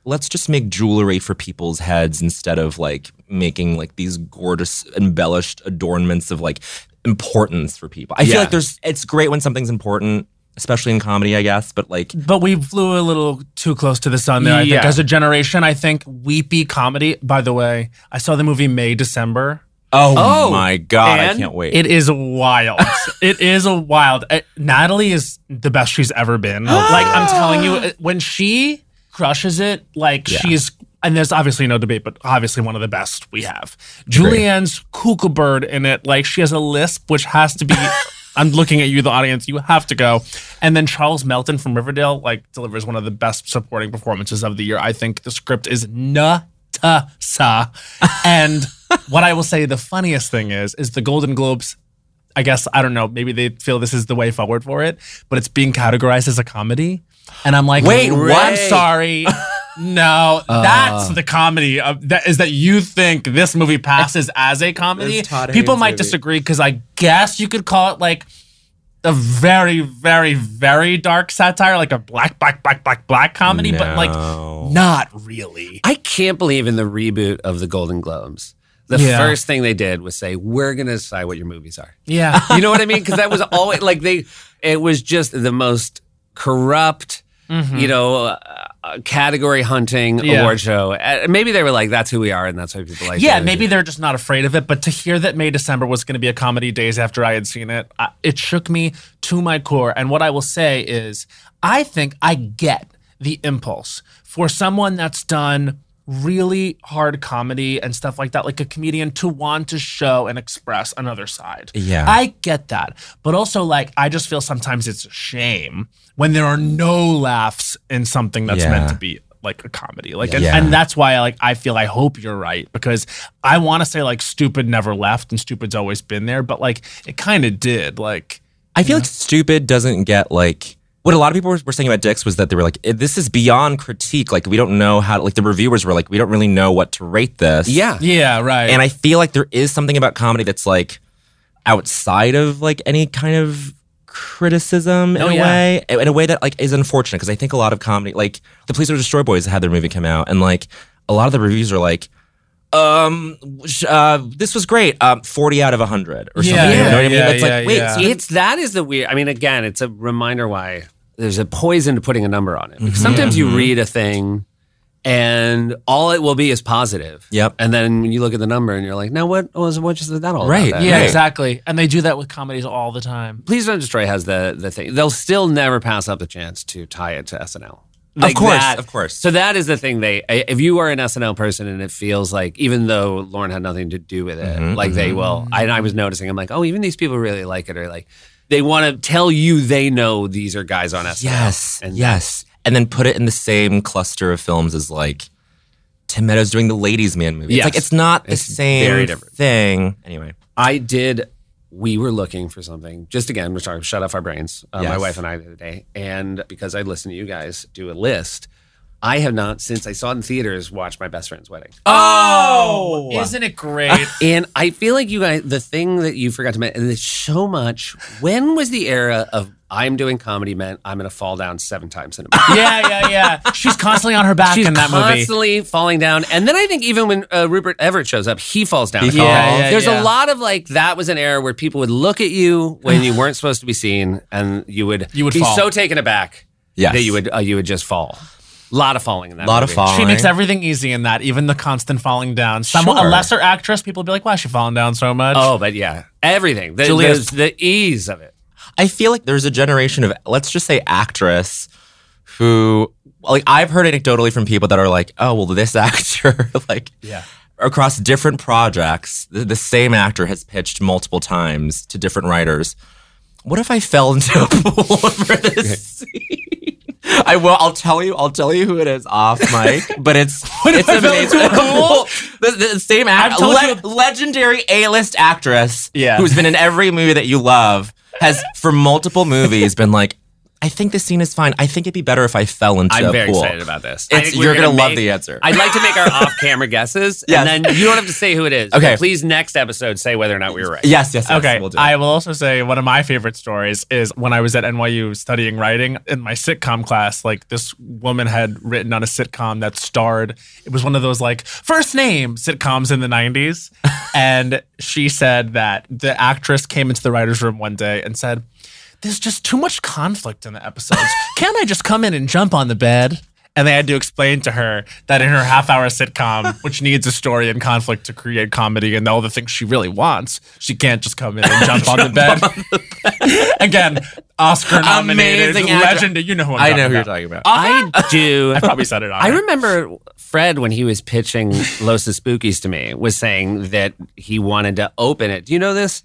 let's just make jewelry for people's heads instead of like making like these gorgeous embellished adornments of like importance for people. I feel Yeah. like there's it's great when something's important, especially in comedy, I guess, but like But we flew a little too close to the sun there. I think Yeah. as a generation, I think weepy comedy. By the way, I saw the movie May December. oh, my god, I And can't wait. It is wild. it is a wild. uh, Natalie is the best she's ever been. like I'm telling you, uh, when she crushes it, like she's. And there's obviously no debate, but obviously one of the best we have. Julianne's cuckoo bird in it. Like she has a lisp, which has to be. I'm looking at you, the audience. You have to go. And then Charles Melton from Riverdale like delivers one of the best supporting performances of the year. I think the script is nutsa. And what I will say, the funniest thing is, is the Golden Globes. I guess I don't know. Maybe they feel this is the way forward for it, but it's being categorized as a comedy, and I'm like, Wait, what? I'm sorry. No, Uh. that's the comedy of that is that you think this movie passes as a comedy. It's Todd People Haynes' might movie. disagree because I guess you could call it like a very, very, very dark satire, like a black, black, black, black, black comedy, but like No. not really. I can't believe in the reboot of the Golden Globes. The Yeah. first thing they did was say, "We're going to decide what your movies are." Yeah. You know what I mean? Because that was always like they. It was just the most corrupt, you know, uh, uh, category hunting Mm-hmm. Yeah. award show. Uh, maybe they were like, "That's who we are," and that's why people like. yeah, it. maybe they're just not afraid of it. But to hear that May December was going to be a comedy days after I had seen it, I, it shook me to my core. And what I will say is, I think I get the impulse for someone that's done really hard comedy and stuff like that, like a comedian, to want to show and express another side. Yeah. I get that. But also, like, I just feel sometimes it's a shame when there are no laughs in something that's meant Yeah. to be like a comedy. Like, and, Yeah. and that's why like I feel I hope you're right because I want to say like stupid never left and stupid's always been there, but like it kind of did. Like I feel like stupid doesn't get like what a lot of people were, were saying about dicks was that they were like, "Eh, this is beyond critique. Like we don't know how. Like the reviewers were like, we don't really know what to rate this. Yeah. yeah, right. and I feel like there is something about comedy that's like outside of like any kind of criticism in Oh, a yeah. way, in a way that like is unfortunate because I think a lot of comedy, like the Police Are Destroy Boys, had their movie come out, and like a lot of the reviews are like. Um, sh- uh, this was great. Um, forty out of hundred or something. Yeah, you know what I yeah, mean? yeah, it's yeah, like, wait, yeah. so you- it's that is the weird. I mean, again, it's a reminder why there's a poison to putting a number on it. Mm-hmm. Because sometimes you read a thing, and all it will be is positive. Yep. And then when you look at the number, and you're like, now what was what is that all Right, About that?" yeah, Right. exactly. And they do that with comedies all the time. Please Don't Destroy has the the thing. They'll still never pass up the chance to tie it to SNL. of course, of course. So that is the thing. They, if you are an SNL person, and it feels like, even though Lauren had nothing to do with it, Mm-hmm, like they will. I, and I was noticing, I'm like, oh, even these people really like it, or like they want to tell you they know these are guys on SNL. Yes. And- yes. And then put it in the same cluster of films as like Tim Meadows doing the Ladies Man movie. Yes. It's like it's not the It's same very different. thing. Anyway. I did. We were looking for something. Just again, we're sorry. Shut off our brains. Uh, My Yes. wife and I the other day, and because I listened to you guys do a list, I have not since I saw it in theaters watched my best friend's wedding. Oh, isn't it great? And I feel like you guys, the thing that you forgot to mention, and it's so much. When was the era of I'm doing comedy meant I'm going to fall down seven times in a month? yeah, yeah, yeah. She's constantly on her back She's in that movie. constantly falling down. And then I think even when uh, Rupert Everett shows up, he falls down. He Yeah, falls. yeah, There's yeah. a lot of like, that was an era where people would look at you when you weren't supposed to be seen and you would, You would be fall. so taken aback Yes. that you would, uh, you would just fall. A lot of falling in that a lot of movie. falling. She makes everything easy in that, even the constant falling down. Someone, Sure. A lesser actress, people would be like, why is she falling down so much? Oh, but yeah, everything. The, Julia's- the the ease of it. I feel like there's a generation of let's just say actress who like I've heard anecdotally from people that are like, oh well, this actor like yeah. across different projects, the, the same actor has pitched multiple times to different writers. What if I fell into a pool over this scene? I will. I'll tell you. I'll tell you who it is off mic. But it's it's amazing. the, the same I've actor, told le- legendary A-list actress, Yeah. who's been in every movie that you love, has for multiple movies been like, I think this scene is fine. I think it'd be better if I fell into I'm a very pool. excited about this. I It's, think we're you're gonna, love make- the answer. I'd like to make our off-camera guesses, Yes. and then you don't have to say who it is. Okay. But please, next episode, say whether or not we were right. yes, yes, yes. Okay, we'll do it. I will also say one of my favorite stories is when I was at NYU studying writing in my sitcom class. Like this woman had written on a sitcom that starred. It was one of those like first name sitcoms in the '90s, and she said that the actress came into the writers' room one day and said, "There's just too much conflict in the episodes. Can't I just come in and jump on the bed?" And they had to explain to her that in her half hour sitcom, which needs a story and conflict to create comedy and all the things she really wants, she can't just come in and jump on the bed. Again, Oscar nominated, Amazing actor. legendary. You know who I'm I talking know who you're about. talking about. I do. I probably said it on. I air. remember Fred when he was pitching Los Spookies to me was saying that he wanted to open it. Do you know this?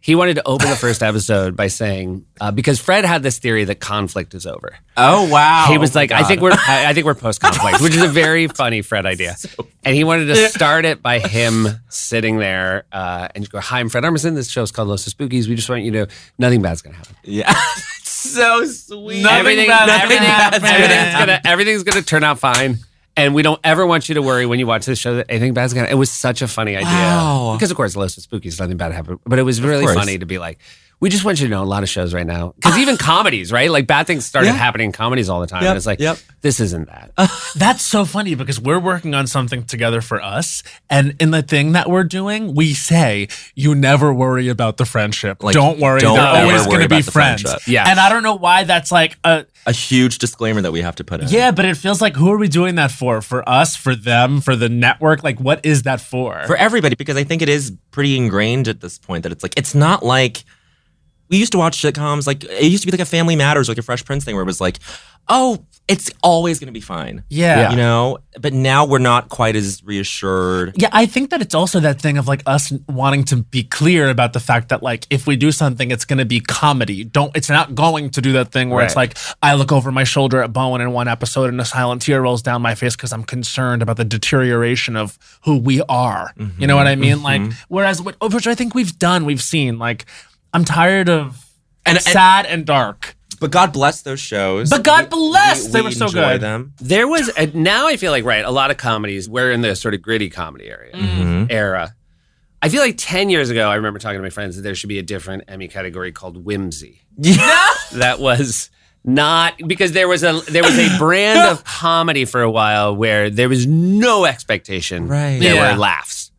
He wanted to open the first episode by saying uh, because Fred had this theory that conflict is over. Oh wow. he Oh was my like, I God. think we're I, I think we're post conflict, which is a very funny Fred idea. And he wanted to start it by him sitting there uh, and go, "Hi, I'm Fred Armisen. This show's called Los Spookies. We just want you to nothing bad's gonna happen. Yeah. so sweet. everything, bad everything, happened. everything's gonna everything's gonna turn out fine. And we don't ever want you to worry when you watch this show that anything bad's gonna. It was such a funny idea Wow. because, of course, Los Spookies, nothing bad happened. But it was really course. Ah. funny to be like, we just want you to know a lot of shows right now because even comedies, right? Like bad things started Yeah. happening in comedies all the time, Yep, and it's like, yep. this isn't that. That's so funny because we're working on something together for us. And in the thing that we're doing, we say, you never worry about the friendship. Like, don't worry. don't they're ever always worry going to be about the friends. friendship. Yes. And I don't know why that's like a. A huge disclaimer that we have to put in. Yeah, but it feels like who are we doing that for? For us, for them, for the network? Like, what is that for? for everybody because I think it is pretty ingrained at this point that it's like it's not like we used to watch sitcoms like it used to be like a Family Matters like a Fresh Prince thing where it was like oh it's always gonna be fine yeah. you know but now we're not quite as reassured Yeah, I think that it's also that thing of like us wanting to be clear about the fact that like if we do something, it's going to be comedy. Don't it's not going to do that thing where it's like I look over my shoulder at Bowen in one episode and a silent tear rolls down my face because I'm concerned about the deterioration of who we are. You know what I mean? Like whereas what oh, which I think we've done, we've seen like I'm tired of And- and- sad and dark. but God bless those shows But God bless, we, they we were so enjoy good. them There was a, now I feel like right a lot of comedies we're in the sort of gritty comedy area Mm-hmm. era. I feel like ten years ago I remember talking to my friends that there should be a different Emmy category called whimsy. yeah That was not because there was a there was a brand of comedy for a while where there was no expectation. Right. There Yeah. were laughs.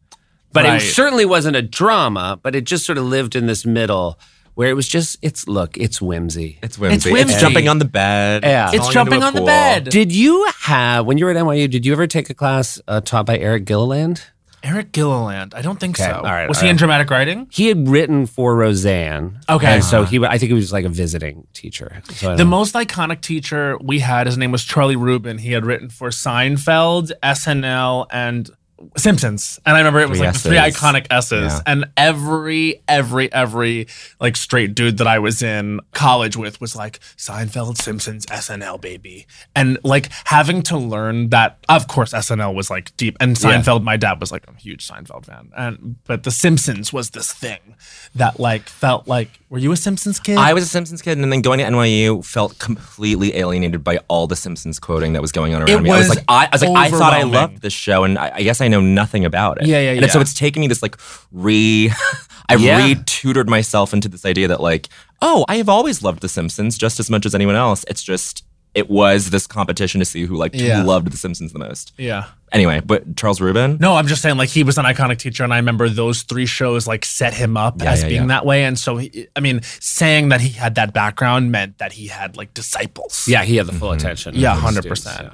But Right. it certainly wasn't a drama, but it just sort of lived in this middle where it was just it's look, it's whimsy. it's whimsy it's, whimsy. jumping on the bed Yeah. It's falling into jumping a on the pool. bed. Did you have when you were at NYU? Did you ever take a class uh, taught by Eric Gilliland? Eric Gilliland, I don't think so. all right, Was all he in right. dramatic writing? He had written for Roseanne. Okay. and so he, wa- I think he was like a visiting teacher. So I The don't- most iconic teacher we had, his name was Charlie Rubin. He had written for Seinfeld, SNL, and Simpsons. And I remember it was Three like the three S's. iconic S's. Yeah. And every, every, every like straight dude that I was in college with was like Seinfeld, Simpsons, SNL, baby. And like having to learn that, of course, SNL was like deep. And Seinfeld, my dad was like a huge Seinfeld fan. And but The Simpsons was this thing that like felt like, were you a Simpsons kid? I was a Simpsons kid, and then going to NYU felt completely alienated by all the Simpsons quoting that was going on around It me. I was was like, I, I was like, I thought I overwhelming. loved this show, and I, I guess I know nothing about it. Yeah, yeah, and it's- So yeah. it's taken me this like re, I Yeah. re-tutored myself into this idea that like, oh, I have always loved the Simpsons just as much as anyone else. It's just it was this competition to see who like Yeah. who loved the Simpsons the most. yeah. Anyway, but Charles Rubin. No, I'm just saying, like, he was an iconic teacher, and I remember those three shows, like, set him up Yeah, as yeah, being yeah. that way. And so, he, I mean, saying that he had that background meant that he had, like, disciples. yeah, he had the full Mm-hmm. attention. Yeah, of the 100%. students, yeah.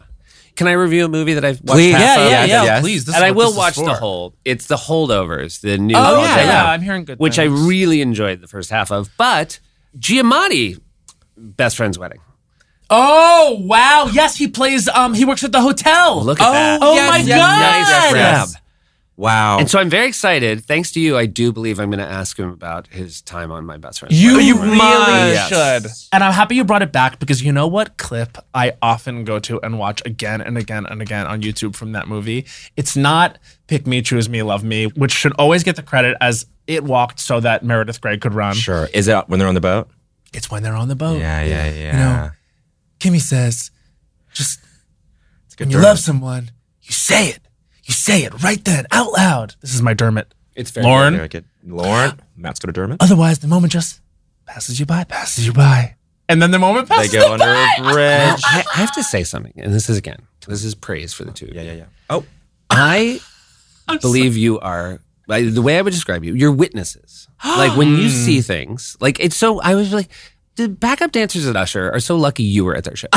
Can I review a movie that I've watched? Please. half Yeah, of? yeah, yeah, Yes. please, this and is I what will this is watch the for. whole. It's the holdovers, the new. Oh, Holdovers, yeah, yeah, I'm hearing good Which things. I really enjoyed the first half of, but Giamatti, best friend's wedding. Oh, wow. Yes, he plays, um, he works at the hotel. Look at that. Oh, my God. Nice grab. Wow. And so I'm very excited. Thanks to you, I do believe I'm going to ask him about his time on my best friend. You, You really must. should. And I'm happy you brought it back because you know what clip I often go to and watch again and again and again on YouTube from that movie? It's not Pick Me, Choose Me, Love Me, which should always get the credit as it walked so that Meredith Grey could run. sure. Is it when they're on the boat? It's when they're on the boat. Yeah, yeah, yeah. Kimmy says, just it's good when you journal. love someone, you say it. You say it right then, out loud. This is my Dermot. It's fair. Lauren, Very good. Lauren, Matt's going to Dermot. Otherwise, the moment just passes you by, passes you by. And then the moment They passes go under a Now, bridge. I, I have to say something, and this is again, this is praise for the two. of Yeah, you. yeah, yeah. Oh, I believe you are. I- The way I would describe you, you're witnesses. like when you see things, like it's so. I was like, the backup dancers at Usher are so lucky you were at their show.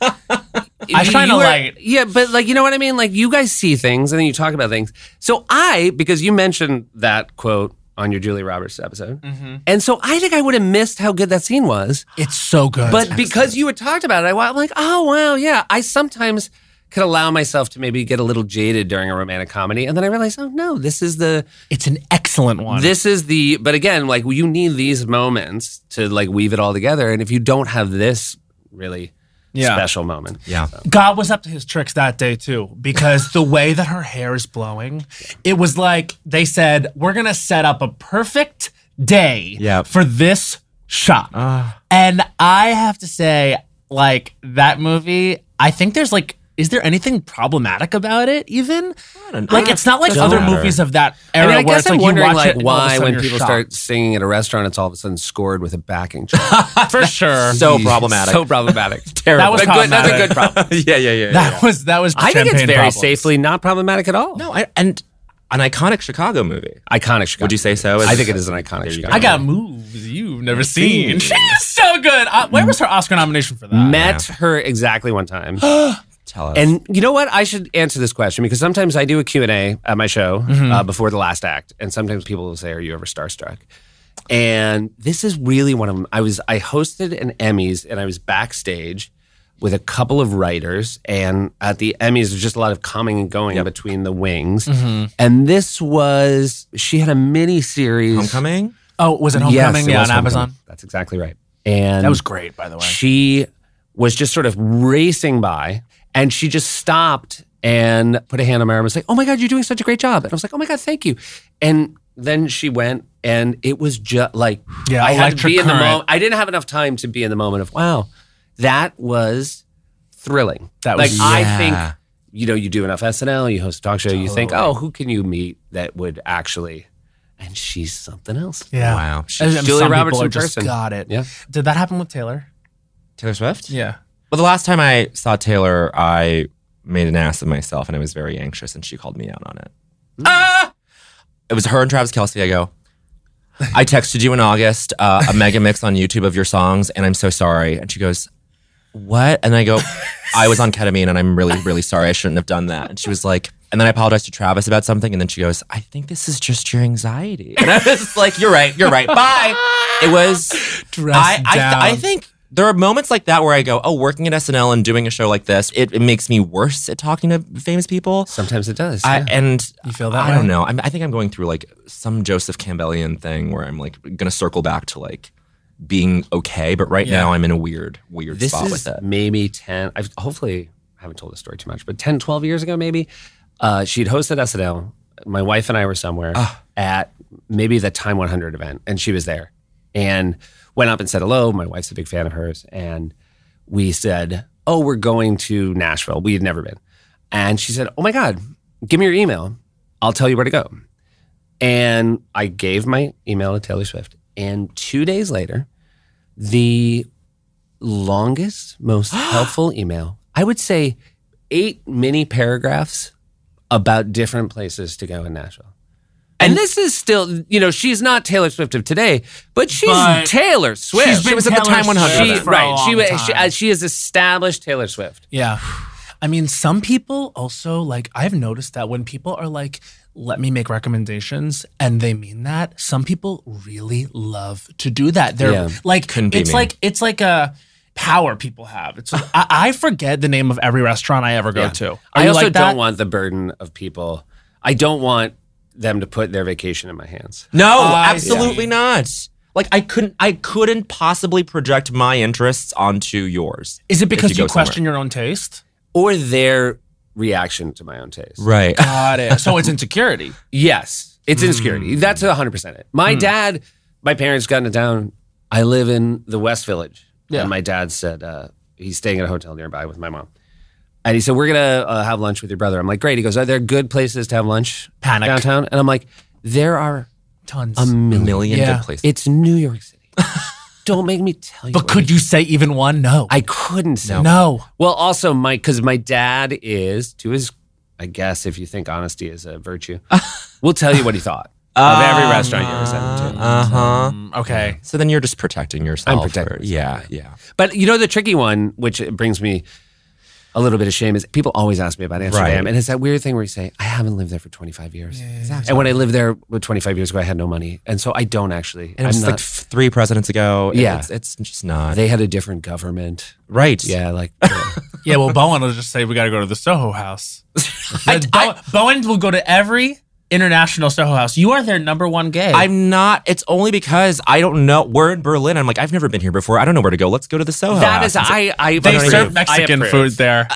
I shine a light. Yeah, but like you know what I mean. Like you guys see things and then you talk about things. So I, because you mentioned that quote on your Julie Roberts episode, Mm-hmm. and so I think I would have missed how good that scene was. It's so good. But because you had talked about it, I, am like, oh wow, yeah. I sometimes could allow myself to maybe get a little jaded during a romantic comedy, and then I realized, oh no, this is the it's an excellent one. this is the. But again, like you need these moments to like weave it all together, and if you don't have this really Yeah. special moment, yeah. God was up to his tricks that day too, because the way that her hair is blowing, it was like they said, We're gonna set up a perfect day Yep. for this shot. Ah. and I have to say, like, that movie, I think there's like is there anything problematic about it even? don't Like know. it's not like Doesn't other matter. movies of that I era mean, I where guess it's I'm like you wondering watch like it and all of a why sudden when you're people shocked. start singing at a restaurant, it's all of a sudden scored with a backing track. for sure. So problematic. so problematic. Terrible. That was But good- that's a problematic. good problem. yeah, yeah, yeah. That was that was. I think it's champagne very problems. safely not problematic at all. no, I, and an iconic Chicago movie. Iconic Chicago. Would you say so? I think it is an iconic you Chicago. I got moves you've never seen. seen. She's so good. Uh, where was her Oscar nomination for that? Met her exactly one time. Tell us. and you know what? I should answer this question because sometimes I do a Q&A at my show Mm-hmm. uh, before the last act. And sometimes people will say, are you ever starstruck? And this is really one of them. I was, I hosted an Emmys and I was backstage with a couple of writers. And at the Emmys, there's just a lot of coming and going between the wings. Mm-hmm. And this was, she had a mini series. Homecoming? Oh, was it Yes, Homecoming? it yeah, on was Homecoming. Amazon. That's exactly right. And That was great, by the way. she was just sort of racing by and she just stopped and put a hand on my arm and was like, Oh my God, you're doing such a great job. And I was like, Oh my God, thank you. And then she went and it was just like, Yeah, I had to electric be in the current. moment. I didn't have enough time to be in the moment of, wow, that was thrilling. That like, was- I Yeah. think, you know, you do enough SNL, you host a talk show, you think, oh, who can you meet that would actually, and she's something else. Yeah. Wow. And She's Julia some Roberts people in just person. got it. Yeah. Did that happen with Taylor? Taylor Swift? Yeah. Well, the last time I saw Taylor, I made an ass of myself and I was very anxious and she called me out on it. Ah! It was her and Travis Kelsey. I go, I texted you in August uh, a mega mix on YouTube of your songs and I'm so sorry. And she goes, What? And I go, I was on ketamine and I'm really, really sorry. I shouldn't have done that. And she was like, and then I apologized to Travis about something. And then she goes, I think this is just your anxiety. And I was like, You're right. You're right. Bye. It was I, I, down. I think there are moments like that where I go, oh, working at SNL and doing a show like this, it, it makes me worse at talking to famous people. Sometimes it does. I, yeah. and You feel that I way? don't know. I'm, I think I'm going through like some Joseph Campbellian thing where I'm like going to circle back to like being okay, but right now I'm in a weird, weird this spot is with it. maybe 10 i've hopefully I haven't told the story too much but 10 12 years ago maybe uh, she'd hosted snl my wife and i were somewhere Ah. at maybe the time 100 event and she was there and went up and said hello my wife's a big fan of hers and we said oh we're going to nashville we had never been and she said oh my god give me your email i'll tell you where to go and i gave my email to taylor swift and two days later the longest, most helpful email. I would say eight mini paragraphs about different places to go in Nashville. And this is still, you know, she's not Taylor Swift of today, but she's But Taylor Swift. she's been she was at the Taylor time 100. Swift She- for a right. long She, was- she, time. uh, she is established Taylor Swift. Yeah. I mean, some people also like, I've noticed that when people are like, let me make recommendations and they mean that, some people really love to do that. They're Yeah. like, Couldn't be it's me. like, it's like a power people have. It's, I, I forget the name of every restaurant I ever go to. Are I you also like that? don't want the burden of people. I don't want them to put their vacation in my hands. No, I Oh, absolutely not. Like I couldn't, I couldn't possibly project my interests onto yours. Is it because you you, go somewhere. question your own taste? Or their reaction to my own taste. Right. Got it. So it's insecurity. Mm. Yes, it's insecurity. That's 100% it. My dad, my parents got into town. I live in the West Village. Yeah. And my dad said, uh, he's staying at a hotel nearby with my mom. And he said, we're going to uh, have lunch with your brother. I'm like, great. He goes, are there good places to have lunch Panic. downtown? And I'm like, there are Tons. a million. million Yeah. good places. It's New York City. Don't make me tell you. but could you say even one? No. I couldn't say no. well, also, my because my dad is to his, I guess if you think honesty is a virtue, we'll tell you what he thought of Um, every restaurant you ever sent him to. Uh huh. Mm, okay. So then you're just protecting yourself. I'm protecting or- yeah, yeah. But you know the tricky one, which brings me a little bit of shame, is people always ask me about Amsterdam, Right. and it's that weird thing where you say, "I haven't lived there for 25 years," and when I lived there well, 25 years ago, I had no money, and so I don't actually. And it was I'm like f- three presidents ago. and Yeah. It's, it's just not. they had a different government. right. Yeah, like Yeah, well, Bowen will just say we got to go to the Soho House. I- Bowen, I- Bowen will go to every international Soho House. You are their number one gay. I'm not. It's only because I don't know. We're in Berlin. I'm like, I've never been here before. I don't know where to go. Let's go to the Soho that House. is, It's I, I. they I serve approve. Mexican I food approve. there.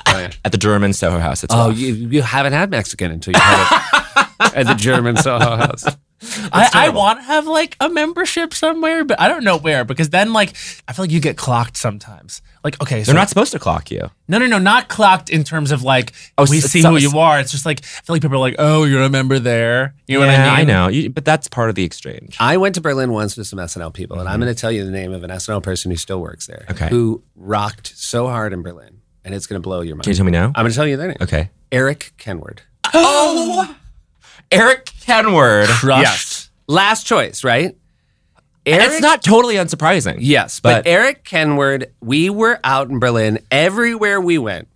at the German Soho House. It's Oh, wild. you, you haven't had Mexican until you had it at the German Soho House. I, I terrible. want to have like a membership somewhere, but I don't know where because then like I feel like you get clocked sometimes. Like okay, so they're not supposed to clock you. no no no not clocked in terms of like Oh, we s- see so- who you are. It's just like I feel like people are like oh you're a member there. You know what Yeah, I mean? know. You, but that's part of the exchange. I went to Berlin once with some SNL people, and I'm going to tell you the name of an SNL person who still works there, Mm-hmm. Okay. who rocked so hard in Berlin, and it's going to blow your mind. Can you tell me now? I'm going to tell you their name. Okay. Eric Kenward. Eric Kenward. Crushed. Last choice, right? And Eric, it's not totally unsurprising. Yes, but, but- Eric Kenward, we were out in Berlin everywhere we went.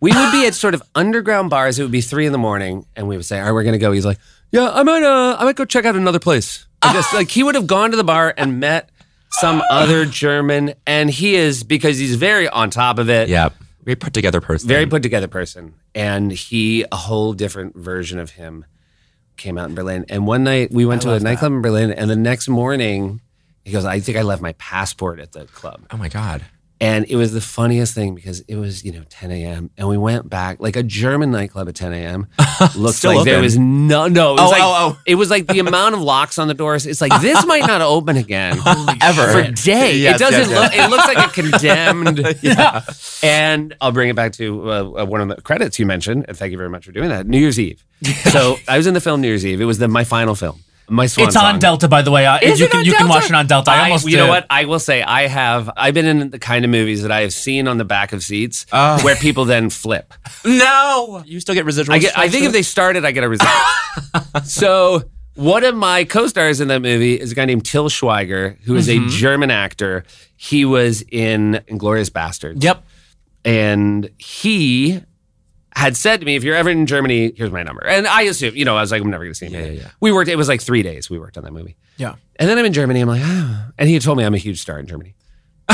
we would be at sort of underground bars. It would be three in the morning, and we would say, "All right, we're going to go." He's like, "Yeah, I might, uh, I might go check out another place." I just like he would have gone to the bar and met some other German, and he is because he's very on top of it, Yeah. Very put together person. very put together person, and he a whole different version of him came out in Berlin. And one night we went to a nightclub in Berlin, and the next morning. He goes, I think I left my passport at the club. Oh my God. And it was the funniest thing because it was, you know, 10 a.m. And we went back, like a German nightclub at 10 a.m. Looked Still like there open. was no, no. It was, Oh, like, oh, oh. it was like the amount of locks on the doors. It's like, this might not open again Ever. for day. Yes, it yes, doesn't look, it looks like a condemned. yeah. And I'll bring it back to uh, uh, one of the credits you mentioned. And thank you very much for doing that. New Year's Eve. so I was in the film New Year's Eve. It was the, my final film. My swan It's on song. Delta, by the way. I, Is you it can on you can Delta? watch it on Delta. I, almost you know did. what I will say. I have. I've been in the kind of movies that I have seen on the back of seats Oh. where people then flip. No. You still get residual. I get. I think if they. they started, I get a result. so one of my co-stars in that movie is a guy named Till Schweiger, who is Mm-hmm. a German actor. He was in Inglorious Bastards. Yep. and he had said to me, "If you're ever in Germany, here's my number." And I assume, you know, I was like, "I'm never going to see him." Yeah, again. yeah, yeah. We worked. It was like three days. We worked on that movie. Yeah. And then I'm in Germany. I'm like, ah. and he had told me I'm a huge star in Germany.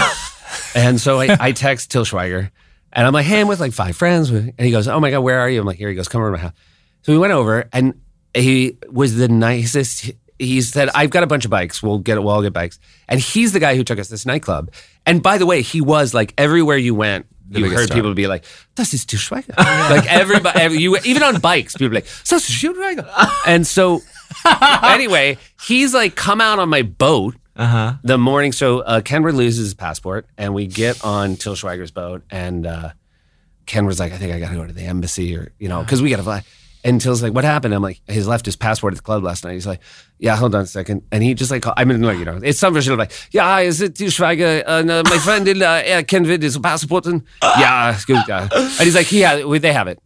and so I, I text Till Schweiger, and I'm like, "Hey, I'm with like five friends," and he goes, "Oh my god, where are you?" I'm like, "Here." He goes, "Come over to my house." So we went over, and he was the nicest. He said, "I've got a bunch of bikes. We'll get we'll all get bikes." And he's the guy who took us to this nightclub. And by the way, he was like everywhere you went, you biggest heard star. people be like, "Das ist Til Schweiger." like everybody, every, you even on bikes, people were like, "Das ist Til Schweiger." And so, anyway, he's like, "Come out on my boat." Uh huh. the morning. So uh, Kenward loses his passport, and we get on Till Schweiger's boat, and uh, Kenward's like, "I think I got to go to the embassy, or you know, because we got to fly." And Till's like, "What happened?" I'm like, "He's left his passport at the club last night." He's like, "Yeah, hold on a second. And he just like, call, I mean, no, you know, it's some version of like, "Yeah, hi, is it Till Schweiger? And uh, my friend in uh, er Kenward is passport, and yeah, it's good, yeah." And he's like, "Yeah, we- they have it."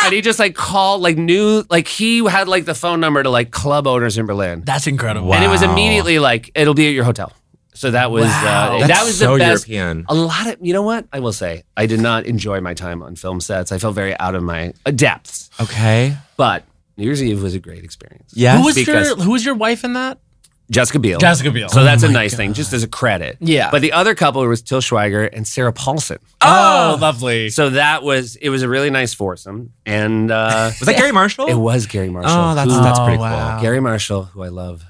And he just like called, like knew, like he had like the phone number to like club owners in Berlin. That's incredible. And it was Wow. immediately like, it'll be at your hotel. So that was uh, That's that was so the best. European. A lot of you know what I will say. I did not enjoy my time on film sets. I felt very out of my uh, depths. Okay. But New Year's Eve was a great experience. Yeah. Who was your because- Who was your wife in that? Jessica Biel. Jessica Biel. Oh So that's a nice thing, just as a credit. Yeah. But the other couple was Till Schweiger and Sarah Paulson. oh, lovely. So that was it was a really nice foursome, and uh, Was that Gary Marshall? it was Gary Marshall. Oh, that's who- that's pretty Oh, cool. wow. Gary Marshall, who I love.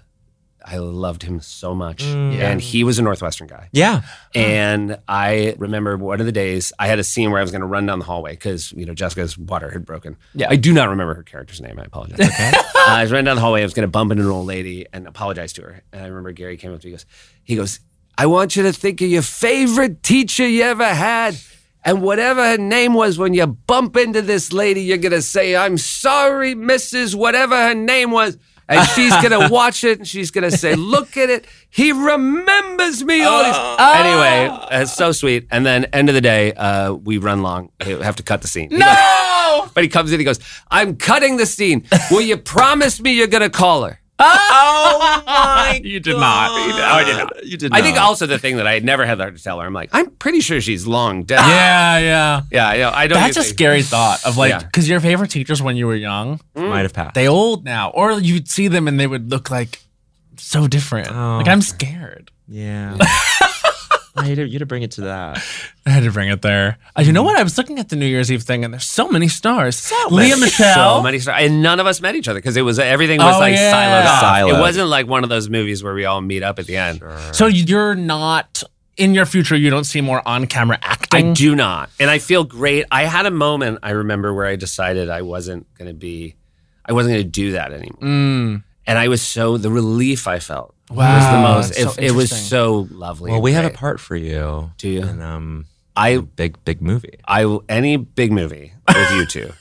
I loved him so much, Mm. Yeah. and he was a Northwestern guy. Yeah. And I remember one of the days I had a scene where I was going to run down the hallway because you know Jessica's water had broken. Yeah. I do not remember her character's name. I apologize. Okay. uh, I was running down the hallway. I was going to bump into an old lady and apologize to her. And I remember Gary came up to me. He goes, he goes, I want you to think of your favorite teacher you ever had. And whatever her name was, when you bump into this lady, you're going to say, I'm sorry, Mrs. Whatever her name was. And she's going to watch it and she's going to say, Look at it. He remembers me all these. Oh. Anyway, uh, so sweet. And then, end of the day, uh, we run long. We have to cut the scene. No! But he comes in, he goes, I'm cutting the scene. Will you promise me you're going to call her? Oh my! Ah. You did not. You did- oh, I did not. You did. I think also the thing that I never had the heart to tell her, I'm like, I'm pretty sure she's long dead. Yeah, yeah. yeah, yeah. I don't. That's a usually- scary thought of like, Yeah. because your favorite teachers when you were young, might have passed. they old now, or you'd see them and they would look like so different. Oh. Like I'm scared. yeah. I had to, you had to bring it to that. I had to bring it there. Uh, you know what? I was looking at the New Year's Eve thing, and there's so many stars. So Leah Michelle. So many stars, and none of us met each other because it was everything was Oh, like yeah. siloed off. Siloed. It wasn't like one of those movies where we all meet up at the end. So you're not in your future. You don't see more on-camera acting. I do not, and I feel great. I had a moment I remember where I decided I wasn't going to be, I wasn't going to do that anymore, Mm. and I was so the relief I felt Wow, was the that's most. so it, it was interesting. so lovely. Well, and we have a great. part for you. Do you? And um, I big big movie. I will any big movie with you two.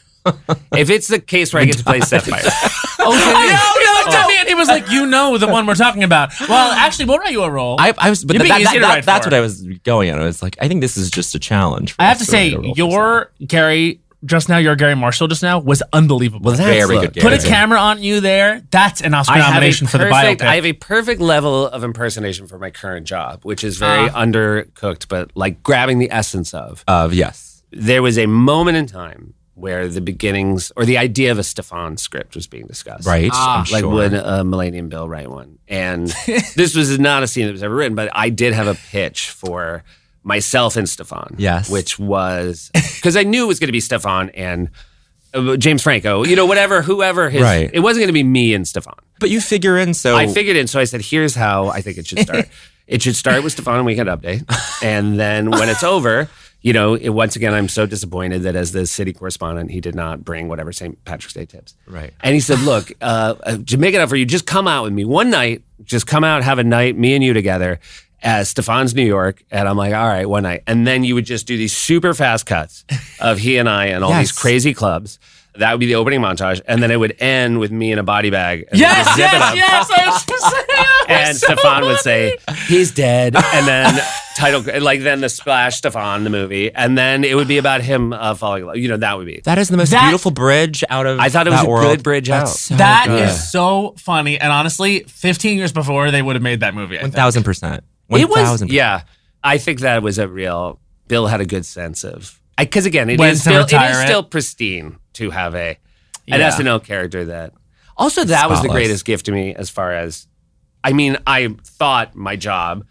if it's the case where I get to play Sapphire. okay. Oh, he looked at me and he was like, "You know the one we're talking about." Well, actually, what are you a role? I, I was, but You'd that, be that, easier to that- write that's for. what I was going at. I was like, I think this is just a challenge. for I have to us write say, a role for your Gary just now, your Gary Marshall just now was unbelievable. Well, that's- Very good Put a Gary. camera on you there. That's an Oscar nomination for the perfect, biopic. I have a perfect level of impersonation for my current job, which is very Ah. undercooked, but like grabbing the essence of. something. Of yes, There was a moment in time where the beginnings or the idea of a Stefan script was being discussed. right. I'm like sure. would a Millennium Bill write one? And this was not a scene that was ever written, but I did have a pitch for myself and Stefan. Yes. Which was because I knew it was going to be Stefan and uh, James Franco, you know, whatever, whoever his. Right. It wasn't going to be me and Stefan. But you figure in so I figured it. So I said, here's how I think it should start. it should start with Stefan Weekend Update. And then when it's over, you know, it, once again, I'm so disappointed that as the city correspondent, he did not bring whatever St. Patrick's Day tips. Right. And he said, look, uh, uh, to make it up for you, just come out with me one night. Just come out, have a night, me and you together. Uh, Stefan's New York, and I'm like, all right, one night, and then you would just do these super fast cuts of he and I and all these Yes. crazy clubs. That would be the opening montage, and then it would end with me in a body bag. and yes, just zip yes, it up yes. I was just saying. and Stefan would say, "He's dead," and then title like then the splash Stefan the movie, and then it would be about him uh, falling. in love. You know that would be. that is the most That- beautiful bridge out of. I thought it was that a world. good bridge out. That's so That good. is so funny. And honestly, 15 years before, they would have made that movie. I One think. thousand percent. One It was thousand. yeah. I think that was a real. Bill had a good sense of because again it When is to still it is retire it. still pristine to have a an Yeah. SNL character that. Also, that was the Spotless. greatest gift to me as far as, I mean, I thought my job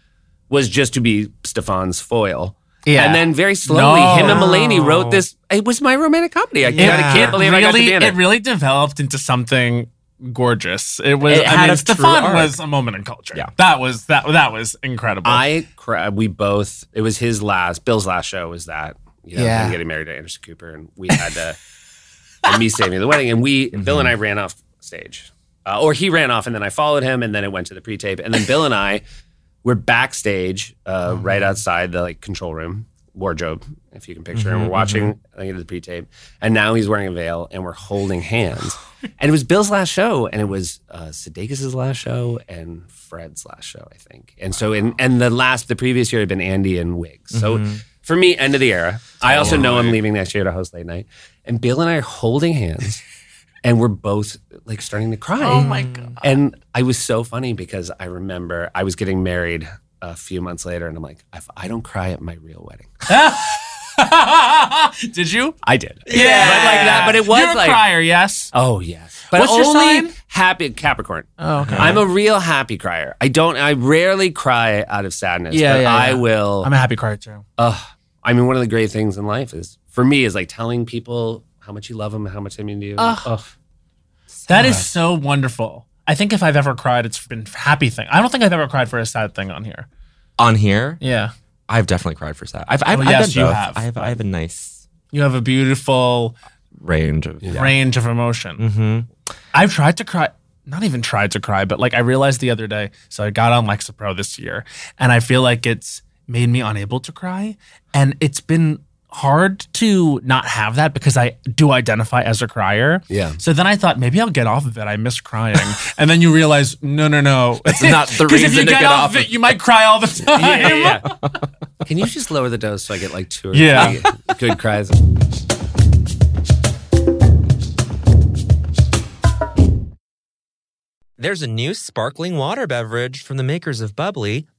was just to be Stefan's foil. Yeah. And then very slowly, him and No. Mulaney wrote this. It was my romantic comedy. I kinda Yeah. can't believe really, I got to be in It it. really developed into something gorgeous. It was. It I had mean, a true Stefan arc. was a moment in culture. Yeah. That was that. That was incredible. I cra- we both. It was his last. Bill's last show was that. You know, Yeah. Him getting married to Anderson Cooper, and we had to. and me saving the wedding, and we Bill and I ran off stage, uh, or he ran off, and then I followed him, and then it went to the pre-tape, and then Bill and I were backstage, uh, right outside the like control room wardrobe, if you can picture, and we're watching I think it was the pre-tape, and now he's wearing a veil, and we're holding hands. And it was Bill's last show, and it was uh, Sudeikis' last show, and Fred's last show, I think. And so, in, and the last, the previous year had been Andy and Wiggs. So, for me, end of the era. I also know I'm leaving next year to host late night, and Bill and I are holding hands, and we're both like starting to cry. Oh my god! And I was so funny because I remember I was getting married a few months later, and I'm like, if I don't cry at my real wedding, Did you? I did. Yeah, but like that. But it was You're a like. crier, yes. Oh yes, but What's your only sign? happy Capricorn. Oh, okay. I'm a real happy crier. I don't. I rarely cry out of sadness. Yeah, but yeah, I yeah. will. I'm a happy crier too. Ugh. I mean, one of the great things in life is for me is like telling people how much you love them and how much they mean to you. Ugh. That is so wonderful. I think if I've ever cried, it's been for happy thing. I don't think I've ever cried for a sad thing on here. On here, Yeah, I've definitely cried for sad. I've, I've, Oh, I've yes, done you both. have. I have. I have a nice you have a beautiful range of. Yeah. range of emotion. hmm I've tried to cry. not even tried to cry, but like I realized the other day. So I got on Lexapro this year, and I feel like it's made me unable to cry, and it's been hard to not have that because I do identify as a crier. Yeah. So then I thought maybe I'll get off of it. I miss crying, and then you realize no, no, no, That's not the 'Cause if reason you to get, get off off of it, you might cry all the time. Can you just lower the dose so I get like two or Yeah. three good cries? There's a new sparkling water beverage from the makers of Bubbly,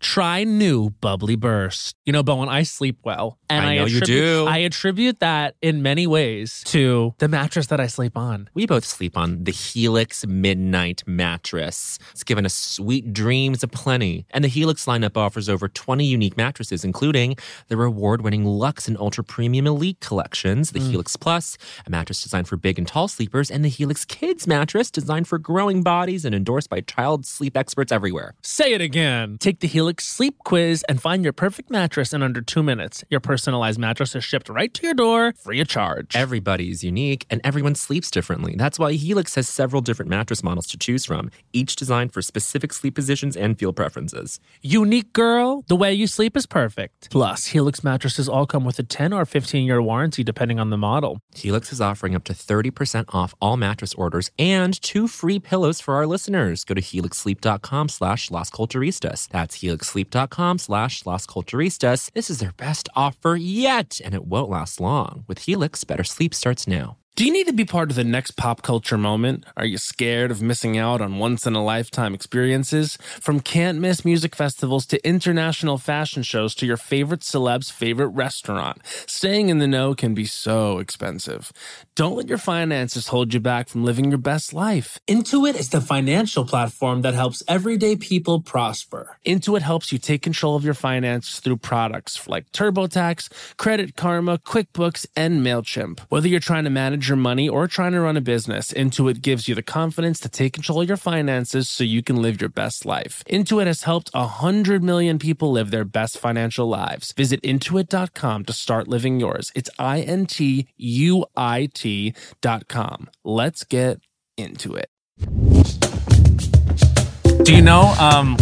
try new Bubbly Burst. You know, Bowen, I sleep well. And I know you attribute- do. I attribute that in many ways to the mattress that I sleep on. We both sleep on the Helix Midnight Mattress. It's given us sweet dreams aplenty. And the Helix lineup offers over 20 unique mattresses, including the award winning Luxe and Ultra Premium Elite collections, the Helix Plus, a mattress designed for big and tall sleepers, and the Helix Kids mattress designed for growing bodies and endorsed by child sleep experts everywhere. Say it again. Take the Helix sleep quiz and find your perfect mattress in under two minutes. Your personalized mattress is shipped right to your door, free of charge. Everybody is unique and everyone sleeps differently. That's why Helix has several different mattress models to choose from, each designed for specific sleep positions and feel preferences. Unique girl, the way you sleep is perfect. Plus, Helix mattresses all come with a 10 or 15 year warranty depending on the model. Helix is offering up to 30% off all mattress orders and two free pillows for our listeners. Go to helixsleep.com slash Las Culturistas. That's helixsleep.com slash Las Culturistas. This is their best offer yet, and it won't last long. With Helix, better sleep starts now. Do you need to be part of the next pop culture moment? Are you scared of missing out on once in a lifetime experiences? From can't miss music festivals to international fashion shows to your favorite celeb's favorite restaurant, staying in the know can be so expensive. Don't let your finances hold you back from living your best life. Intuit is the financial platform that helps everyday people prosper. Intuit helps you take control of your finances through products like TurboTax, Credit Karma, QuickBooks, and MailChimp. Whether you're trying to manage your money or trying to run a business, Intuit gives you the confidence to take control of your finances so you can live your best life. Intuit has helped 100 million people live their best financial lives. Visit intuit.com to start living yours. It's I N T U I T.com. Let's get into it. Do you know um,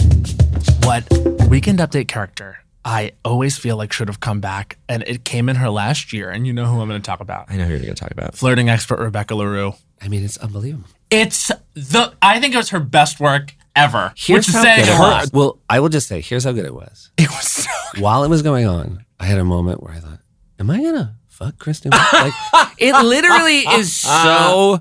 what Weekend Update character I always feel like should have come back? And it came in her last year, and you know who I'm going to talk about. I know who you're going to talk about. Flirting expert Rebecca LaRue. I mean, it's unbelievable. It's the, I think it was her best work ever, which is how saying good a it lot. was. Well, I will just say, here's how good it was. It was so While it was going on, I had a moment where I thought, "Am I gonna fuck Kristen?" Wiig?" like, it literally is so.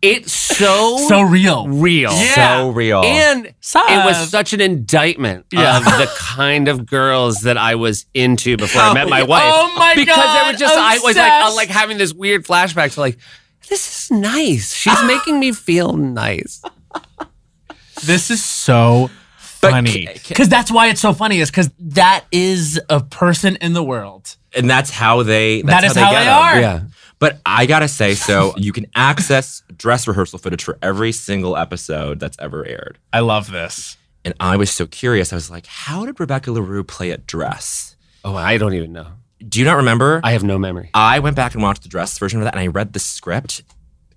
It's so so real. real. So real. And it was Sucks. such an indictment of the kind of girls that I was into before I met my yeah. wife. Oh my because they God, were just I was like I, obsessed. like having this weird flashback to like this is nice. She's making me feel nice. This is so funny. Because that's why it's so funny, is because that is a person in the world. and that's how they That that's is how they get 'em. are. Yeah. But I gotta say, so you can access dress rehearsal footage for every single episode that's ever aired. I love this. And I was so curious. I was like, how did Rebecca LaRue play a dress? Oh, I don't even know. Do you not remember? I have no memory. I went back and watched the dress version of that and I read the script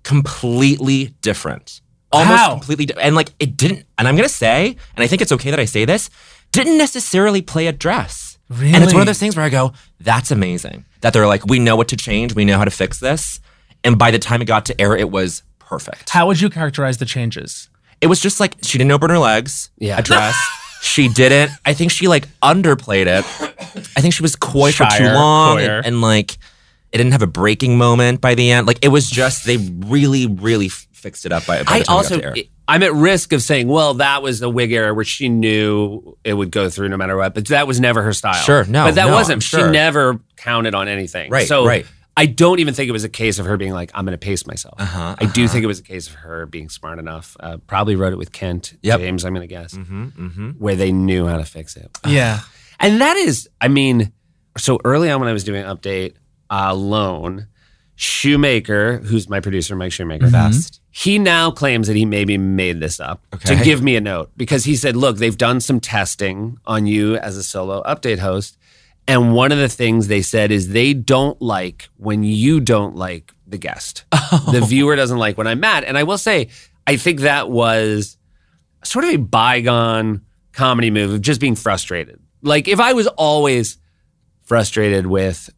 completely different. Almost How? completely di- And like it didn't, and I'm gonna say, and I think it's okay that I say this, didn't necessarily play a dress. And it's one Really? of those things where I go, that's amazing. That they're like, we know what to change, we know how to fix this. And by the time it got to air, it was perfect. How would you characterize the changes? It was just like she didn't open her legs. Yeah. A dress. she didn't. I think she like underplayed it. I think she was coy for too Shyer, long coyer. and, and, like it didn't have a breaking moment by the end. Like it was just they really, really f- fixed it up by. by I the time it got also to air. I'm at risk of saying, well, that was the wig era where she knew it would go through no matter what, but that was never her style. Sure, no, But that no, wasn't. I'm She sure. never counted on anything. Right, So right. I don't even think it was a case of her being like, I'm going to pace myself. Uh-huh, I do uh-huh. think it was a case of her being smart enough. Uh, probably wrote it with Kent, Yep. James, I'm going to guess, Mm-hmm, mm-hmm. where they knew how to fix it. Yeah. And that is, I mean, so early on when I was doing Update alone, Shoemaker, who's my producer, Mike Shoemaker, Best. he now claims that he maybe made this up Okay. to give me a note because he said, look, they've done some testing on you as a solo update host. And one of the things they said is they don't like when you don't like the guest. The viewer doesn't like when I'm mad. And I will say, I think that was sort of a bygone comedy move of just being frustrated. Like if I was always frustrated with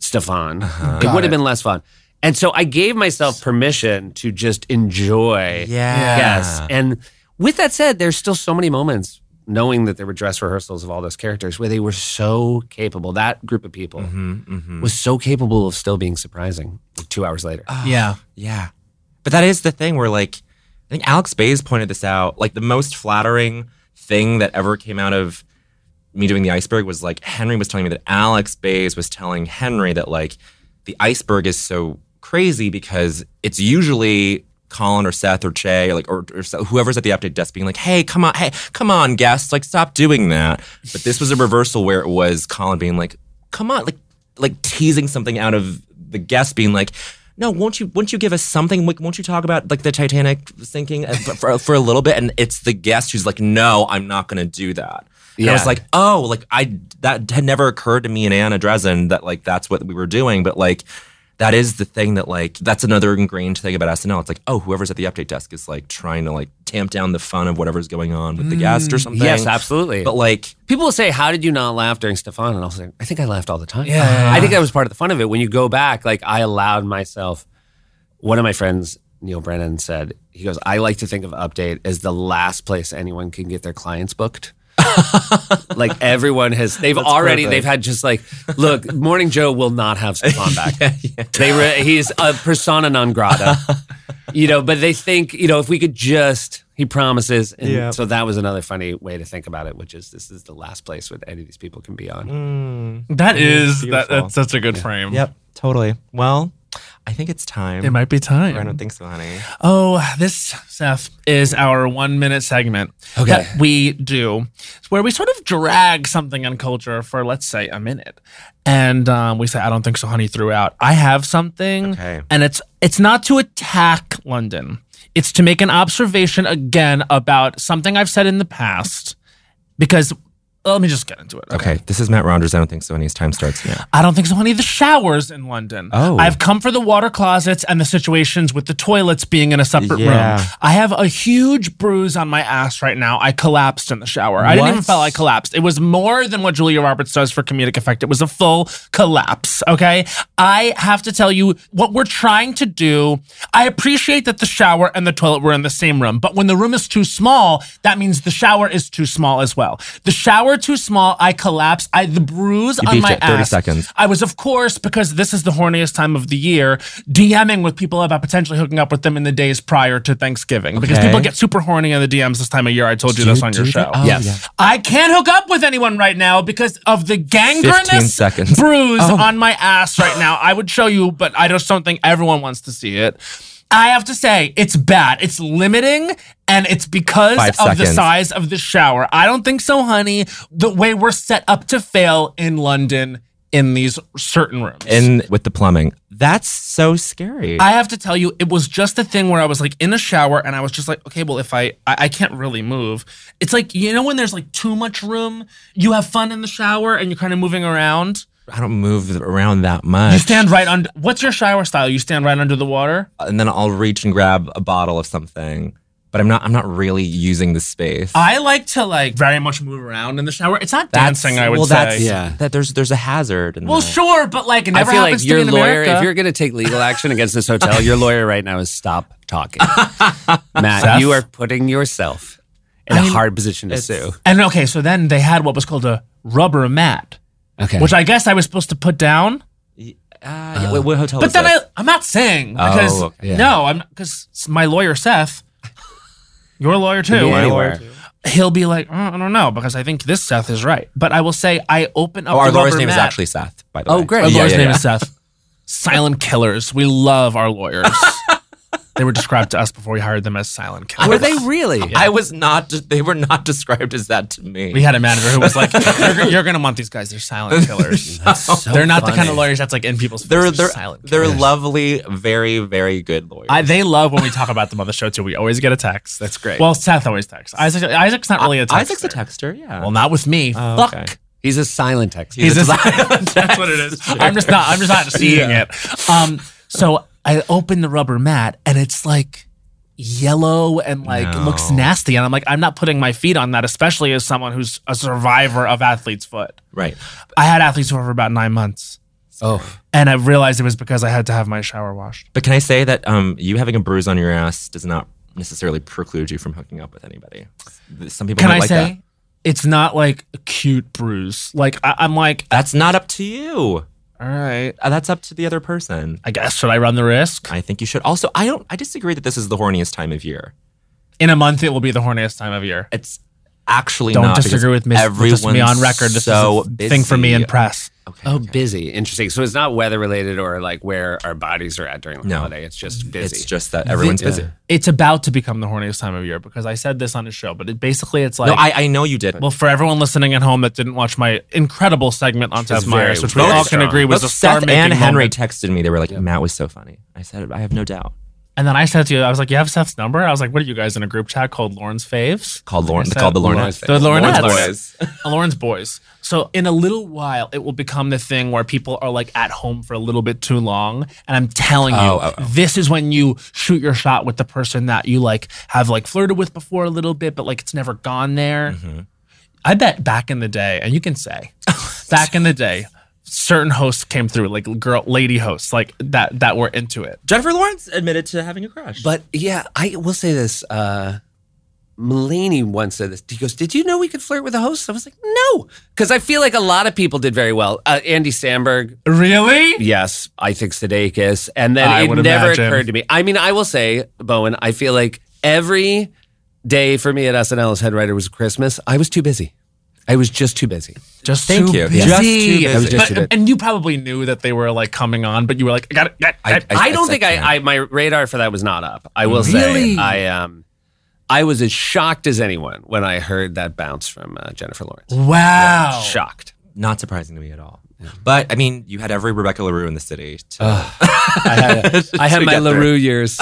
Stefan, Uh-huh. it would have been less fun. And so I gave myself permission to just enjoy. Yeah. Yes. And with that said, there's still so many moments knowing that there were dress rehearsals of all those characters where they were so capable. That group of people Mm-hmm, mm-hmm. was so capable of still being surprising two hours later. Yeah. Yeah. But that is the thing where, like, I think Alex Bays pointed this out. Like, the most flattering thing that ever came out of me doing the iceberg was like Henry was telling me that Alex Bays was telling Henry that, like, the iceberg is so crazy because it's usually Colin or Seth or Che or like or, or so- whoever's at the update desk being like, "Hey, come on, hey, come on, guests, like stop doing that." But this was a reversal where it was Colin being like, "Come on," like like teasing something out of the guest being like. No, won't you? Won't you give us something? Like, Won't you talk about like the Titanic sinking uh, for, for a little bit? And it's the guest who's like, "No, I'm not going to do that." And I was Yeah. like, "Oh, like I that had never occurred to me and Anna Dresden that like that's what we were doing." But like, that is the thing that like that's another ingrained thing about SNL. It's like, oh, whoever's at the update desk is like trying to like tamp down the fun of whatever's going on with the guest or something. Yes, absolutely. But like, People will say, "How did you not laugh during Stefan?" And I'll say, "I think I laughed all the time. Yeah, yeah, I think that was part of the fun of it. When you go back, like I allowed myself. One of my friends, Neil Brennan, said he goes, "I like to think of Update as the last place anyone can get their clients booked." like everyone has, they've already, they've had just like, look, Morning Joe will not have Stefan back. They re- he's a persona non grata, you know. But they think, you know, if we could just, he promises. And Yeah. So that was another funny way to think about it, which is this is the last place where any of these people can be on. Mm. That is that, beautiful. that's such a good frame. yep, totally. Well, I think it's time. It might be time. Or I don't think so, honey. Oh, this, Seth, is our one minute segment that we do where we sort of drag something on culture for, let's say, a minute. And um, we say, I don't think so, honey, throughout. I have something. Okay. And it's it's not to attack London. It's to make an observation again about something I've said in the past. Because let me just get into it. Okay, this is Matt Rogers. I don't think so. And his time starts now. I don't think so, honey. The showers in London. Oh. I've come for the water closets and the situations with the toilets being in a separate Yeah. room. I have a huge bruise on my ass right now. I collapsed in the shower. I didn't What? even feel I collapsed. It was more than what Julia Roberts does for comedic effect. It was a full collapse. Okay. I have to tell you what we're trying to do. I appreciate that the shower and the toilet were in the same room, but when the room is too small, that means the shower is too small as well. The shower too small, I collapse. I the bruise on beefed my it, 30 ass. seconds. I was, of course, because this is the horniest time of the year, DMing with people about potentially hooking up with them in the days prior to Thanksgiving because Okay. people get super horny in the DMs this time of year. I told you this on your show. Oh, Yes. yeah. I can't hook up with anyone right now because of the 15 gangrenous seconds. Oh. bruise on my ass right now. I would show you, but I just don't think everyone wants to see it. I have to say, it's bad. It's limiting, and it's because Five of the seconds. size of the shower. I don't think so, honey. The way we're set up to fail in London in these certain rooms. And with the plumbing, that's so scary. I have to tell you, it was just a thing where I was like in a shower and I was just like, okay, well, if I, I I can't really move. It's like you know when there's like too much room, you have fun in the shower and you're kind of moving around. I don't move around that much. You stand right under. What's your shower style? You stand right under the water. and then I'll reach and grab a bottle of something. But I'm not. I'm not really using the space. I like to like very much move around in the shower. It's not dancing, I would well, say. That's, Yeah. That there's there's a hazard. In well, that. sure, but like it I never feel like happens to your me in lawyer, America. if you're going to take legal action against this hotel, your lawyer right now is stop talking. Matt, Seth? you are putting yourself in a hard position to sue. and okay, so then they had what was called a rubber mat, Okay. which I guess I was supposed to put down. Uh, yeah, what, what hotel? But is then this? I, I'm not saying because Oh, okay. Yeah. no, I'm because my lawyer Seth, your lawyer too. be anywhere. He'll be like, "Uh, I don't know because I think this Seth is right. But I will say I open up. Oh, our the lawyer's rubber name is mat- actually Seth. By the Oh, way. great. Our Yeah, lawyer's yeah, name yeah. is Seth. silent killers. We love our lawyers. they were described to us before we hired them as silent killers. Were they really? I was not. They were not described as that to me. We had a manager who was like, "You're, you're gonna want these guys. They're silent killers. they're not the kind of lawyers that's like in people's. They're faces. they're silent. they're killers. lovely, very very good lawyers. I, they love when we talk about them on the show too. We always get a text. That's great. Well, Seth always texts. Isaac, Isaac's not really a texter. Isaac's a Oh, texter. Yeah. Well, not with me. Fuck. He's a silent text. He's a silent That's what it is. I'm just not. I'm just not seeing it. Um. So I open the rubber mat, and it's like yellow and like No. looks nasty. And I'm like, I'm not putting my feet on that, especially as someone who's a survivor of athlete's foot. Right. I had athlete's foot for about nine months, oh, and I realized it was because I had to have my shower washed. But can I say that um, you having a bruise on your ass does not necessarily preclude you from hooking up with anybody? Some people Can might I like say? that. It's not like a cute bruise. Like I, I'm like, That's not up to you. all right. Uh, That's up to the other person. I guess should I run the risk? I think you should. Also, I don't. I disagree that this is the horniest time of year. In a month, it will be the horniest time of year. It's actually Don't not because disagree with me. Just me on everyone's record. This so is a thing for me busy. in press. Okay. oh, busy. Interesting. So it's not weather related or like where our bodies are at during the No. holiday. It's just busy. It's just that everyone's Yeah. busy. It's about to become the horniest time of year because I said this on his show, but it basically it's like. no, I, I know you did. well, for everyone listening at home that didn't watch my incredible segment on Seth very- Meyers, which we very all strong. can agree was Both a star Seth making and Henry moment. texted me. They were like, "Matt was so funny." I said, "I have no doubt." And then I said to you, I was like, "You have Seth's number?" I was like, "What are you guys in a group chat called Lauren's Faves?" Called Lauren. said- Called the Lauren. Lauren's The Laurenettes. Lauren's boys. Uh, Lauren's boys. So in a little while, it will become the thing where people are like at home for a little bit too long. And I'm telling you, Oh, oh, oh. this is when you shoot your shot with the person that you like have like flirted with before a little bit, but like it's never gone there. Mm-hmm. I bet back in the day, and you can say, back in the day, certain hosts came through, like girl, lady hosts, like that that were into it. Jennifer Lawrence admitted to having a crush. But yeah, I will say this. Uh, Mulaney once said this. He goes, "Did you know we could flirt with a host?" I was like, "No," because I feel like a lot of people did very well. Uh, Andy Samberg, Really? yes, I think Sudeikis, and then I it would never imagine. occurred to me. I mean, I will say, Bowen, I feel like every day for me at SNL as head writer was Christmas. I was too busy. I was just too busy. Just Thank too you. busy. Just too I was busy. just But- too busy. and you probably knew that they were like coming on, but you were like, I got it. I- I, don't think can't. I, I my radar for that was not up. I will say I um I was as shocked as anyone when I heard that bounce from uh, Jennifer Lawrence. Wow. Oh. Shocked. not surprising to me at all. But I mean, you had every Rebecca Larue in the city. To, I had, I had my LaRue years.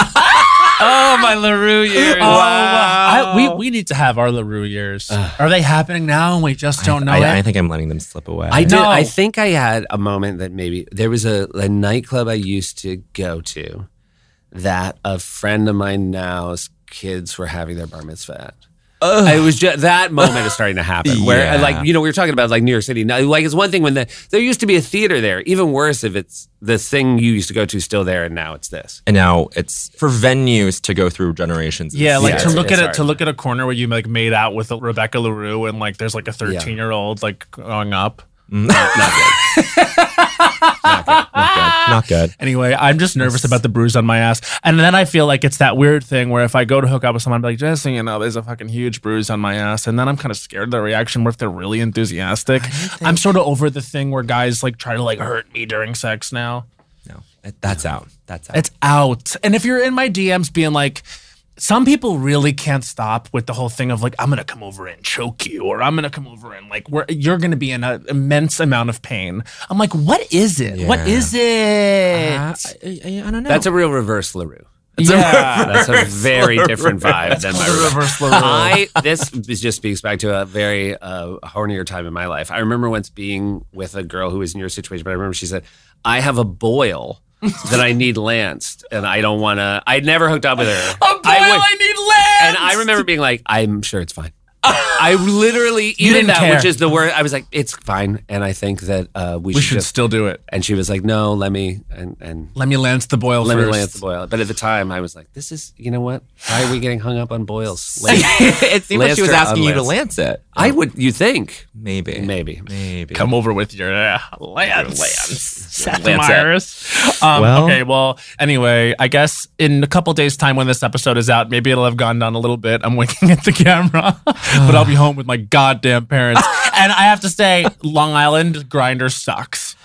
oh, my LaRue Oh, years. I, we, we need to have our LaRue years. Are they happening now and we just don't know I, it? I, I think I'm letting them slip away. I did. No. I think I had a moment that maybe there was a, a nightclub I used to go to that a friend of mine now's kids were having their bar mitzvah at. It was just that moment is starting to happen where, Yeah. like, you know, we were talking about like New York City. Now, like, it's one thing when the, there used to be a theater there. Even worse if it's the thing you used to go to still there, and now it's this. and now it's for venues to go through generations. yeah, like Yeah, to look it's at it, hard. to look at a corner where you like made out with Rebecca Larue and like there's like a 13 year old like growing up. not good. Anyway, I'm just nervous about the bruise on my ass, and then I feel like it's that weird thing where if I go to hook up with someone, I'm like, just so you know, there's a fucking huge bruise on my ass, and then I'm kind of scared of their reaction. What if they're really enthusiastic? I'm sort of over the thing where guys like try to like hurt me during sex now. No, That- that's out. That's out. It's out. And if you're in my DMs being like, some people really can't stop with the whole thing of like, I'm gonna come over and choke you, or I'm gonna come over and like, we're, you're gonna be in an immense amount of pain. I'm like, what is it? What Yeah. is it? Uh, I, I- I don't know. That's a real reverse LaRue. yeah. That's a very different vibe than my The reverse. reverse LaRue. I this this just speaks back to a very uh, hornier time in my life. I remember once being with a girl who was in your situation, but I remember she said, "I have a boil that I need lanced, and I don't want to." I never hooked up with her. A boil, I, would- need land. and I remember being like, "I'm sure it's fine." I literally You even didn't that, care. which is the word. I was like, "It's fine," and I think that uh, we we, should, should just. still do it. and she was like, "No, let me," and and Let me lance the boil let first. me lance the boil. But at the time, I was like, "This is, you know what? Why are we getting hung up on boils?" Lance- it seemed like she was Lancer asking you to unlanced. lance it. I would, you think? Maybe. Maybe. Maybe. Come over with your uh, lance, Seth Lance it. Meyers. Um, Well- okay, well, anyway, I guess in a couple days' time when this episode is out, maybe it'll have gone down a little bit. I'm winking at the camera, but I'll be home with my goddamn parents. and I have to say, Long Island grinder sucks.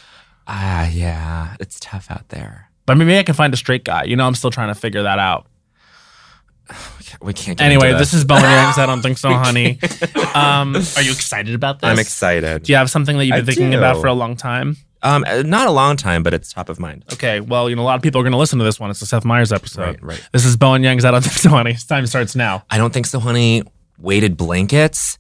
Ah, yeah, it's tough out there. But maybe I can find a straight guy. You know, I'm still trying to figure that out. We can't, we can't get Anyway, into this is bone earrings. I don't think so, honey. Um, are you excited about this? I'm excited. Do you have something that you've I been thinking about do. for a long time? Um, uh, not a long time, but it's top of mind. Okay, well, you know, a lot of people are going to listen to this one. It's the Seth Meyers episode. Right, right. This is Bowen Young's I Don't Think So Honey. Time starts now. I don't think so, honey. Weighted blankets.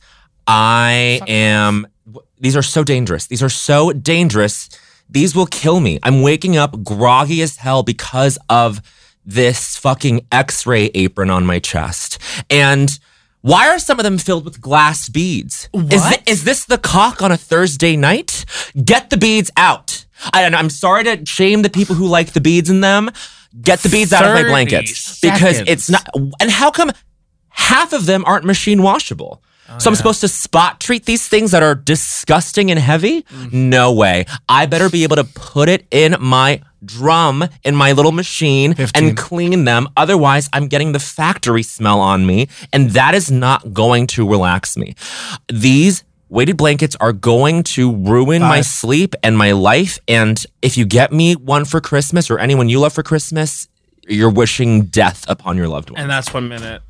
I am. w- These are so dangerous. These are so dangerous. These will kill me. I'm waking up groggy as hell because of this fucking x ray apron on my chest. And why are some of them filled with glass beads? Is thi- is this the cock on a Thursday night? Get the beads out. I, and I'm sorry to shame the people who like the beads in them. Get the beads out of my 30 blankets because it's seconds. not. And how come half of them aren't machine washable? Oh, so I'm supposed to spot treat these things that are disgusting and heavy? Mm-hmm. No way. I better be able to put it in my drum in my little machine and clean them. Otherwise, I'm getting the factory smell on me, and that is not going to relax me. These weighted blankets are going to ruin my sleep and my life. And if you get me one for Christmas or anyone you love for Christmas, you're wishing death upon your loved one. And that's one minute.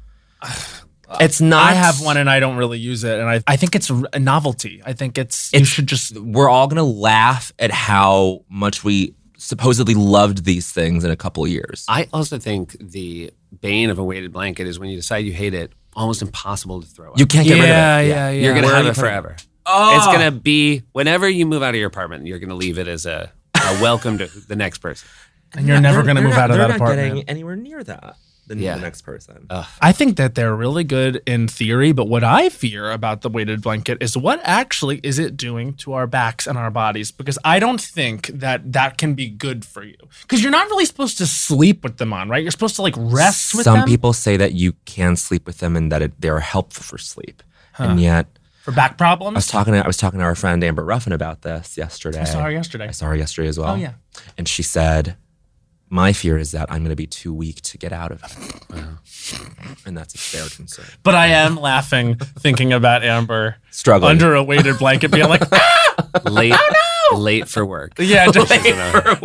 it's not. I have one and I don't really use it. And I, I think it's a novelty. I think it's, you It's- should just, We're all gonna laugh at how much we supposedly loved these things in a couple years. I also think the bane of a weighted blanket is when you decide you hate it, almost impossible to throw out. You can't get rid of it. yeah, Oh, You're gonna Where have are you it putting Oh. it? forever. It's gonna be whenever you move out of your apartment, you're gonna leave it as a, a welcome to the next person. And you're never going to They're move out not- of they're that not apartment. Getting anywhere near that than Yeah. the next person. I think that they're really good in theory, but what I fear about the weighted blanket is what actually is it doing to our backs and our bodies? Because I don't think that that can be good for you. Because you're not really supposed to sleep with them on, right? You're supposed to like rest with Some them people say that you can sleep with them and that it, they are helpful for sleep, and yet for back I was problems. talking to I was talking to our friend Amber Ruffin about this yesterday. I saw her yesterday. I saw her yesterday as well. yeah. And she said, My fear is that I'm gonna be too weak to get out of it. And that's a fair concern. But I am laughing thinking about Amber Struggling. under a weighted blanket being like, "Ah, Oh, Late, late for work. yeah, just, I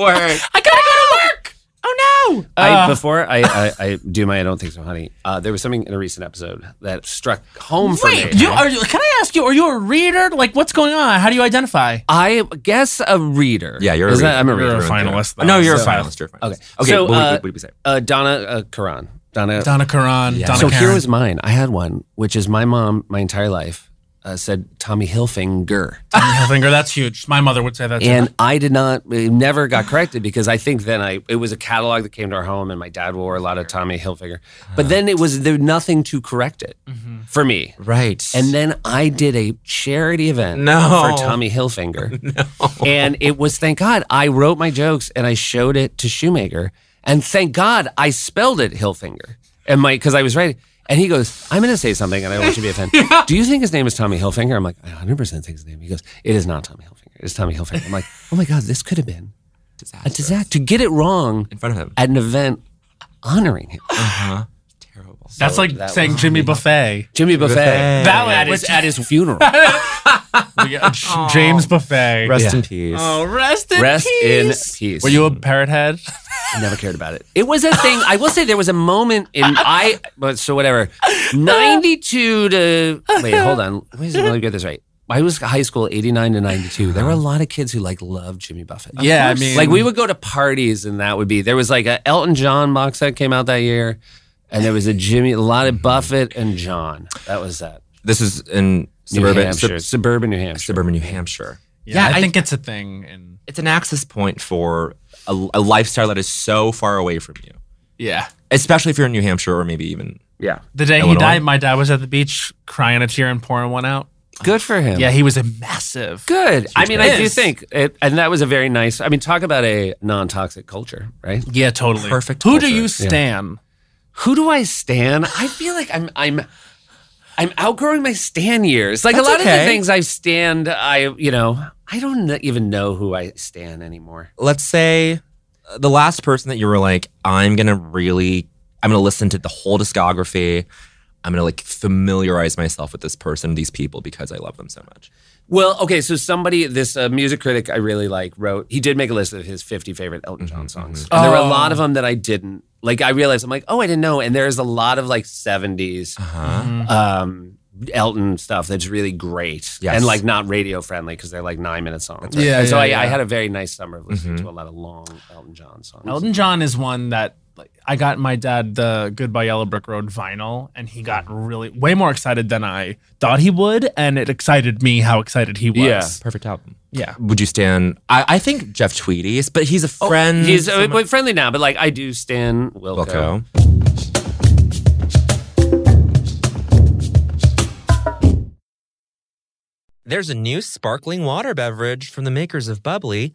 gotta go to work. Oh no. I, before I, I, I do my I don't think so, honey. Uh, there was something in a recent episode that struck home for me. Wait, you are you, can I ask you, are you a reader? Like what's going on? How do you identify? I guess a reader. Yeah, you're a Isn't that- reader. I'm a You're reader. a finalist. no, you're So- a finalist. You're a finalist. Okay. Okay, So, what, would, uh, what would you say? Uh, Donna uh, Karan. Donna. Donna Karan, Donna so Karan. here was mine. I had one, which is my mom, my entire life, uh, said Tommy Hilfiger. finger. That's huge. My mother would say that. Too. and I did not, it never got corrected because I think then I it was a catalog that came to our home, and my dad wore a lot of Tommy Hilfiger. But then it was there was nothing to correct it Mm-hmm. for me. Right. And then I did a charity event No. for Tommy Hilfiger, no. and it was thank God I wrote my jokes and I showed it to Shoemaker, and thank God I spelled it Hilfiger, and my because I was right. And he goes, I'm going to say something, and I don't want you to be offended. Do you think his name is Tommy Hilfiger? I'm like, I 100 percent think his name. He goes, It is not Tommy Hilfiger. It's Tommy Hilfiger. I'm like, Oh my God, this could have been a disaster. To get it wrong in front of him. at an event honoring him, Terrible. That's like saying Jimmy Buffet. Jimmy Buffet. That one at was- his, at his funeral. We got uh, J- James Buffet. Rest in peace. oh, rest in Rest in peace. peace. Were you a parrot head? Never cared about it. It was a thing. I will say there was a moment in I, but so whatever. Ninety-two to wait, hold on. Wait, let me get this right. I was high school, eighty-nine to ninety-two. There were a lot of kids who like loved Jimmy Buffett. Yeah, I mean, like we would go to parties, and that would be there was like a Elton John box set came out that year, and there was a Jimmy, a lot of Buffett and John. That was that. This is in New suburban Hampshire, sub- suburban New Hampshire. suburban New Hampshire. Yeah, Yeah, I, I- think it's a thing. And It's an access point for a, a lifestyle that is so far away from you. yeah, Especially if you're in New Hampshire or maybe even the day he Illinois? died, my dad was at the beach crying a tear and pouring one out. Good for him. Yeah, he was a massive. Good. I mean, I do Yes. think, it, and that was a very nice. I mean, talk about a non-toxic culture, right? Yeah, totally. Perfect Who do culture. you stan? Who do I stan? I feel like I'm, I'm, I'm outgrowing my stan years. Like That's a lot of okay. the things I stand, I, you know, I don't kn- even know who I stan anymore. let's say uh, the last person that you were like, I'm gonna really, I'm gonna listen to the whole discography. I'm gonna like familiarize myself with this person, these people, because I love them so much. Well, okay, so somebody, this uh, music critic I really like, wrote, he did make a list of his 50 favorite Elton John songs. And there were a lot of them that I didn't. Like, I realized, I'm like, oh, I didn't know. And there's a lot of like 70s Uh-huh. Mm-hmm. um, Elton stuff that's really great Yes. and like not radio friendly because they're like nine minute songs. right. Yeah, And so yeah, I, I yeah. Mm-hmm. had a very nice summer of listening to a lot of long Elton John songs. Elton John is one that like, I got my dad the Goodbye Yellow Brick Road vinyl, and he got really way more excited than I thought he would, and it excited me how excited he was. Yeah. Perfect album. Yeah. Would you stand? I, I think Jeff Tweedy's, but he's a Oh, friend. He's uh, but friendly now, but like I do stand Wilco. Wilco. There's a new sparkling water beverage from the makers of Bubbly,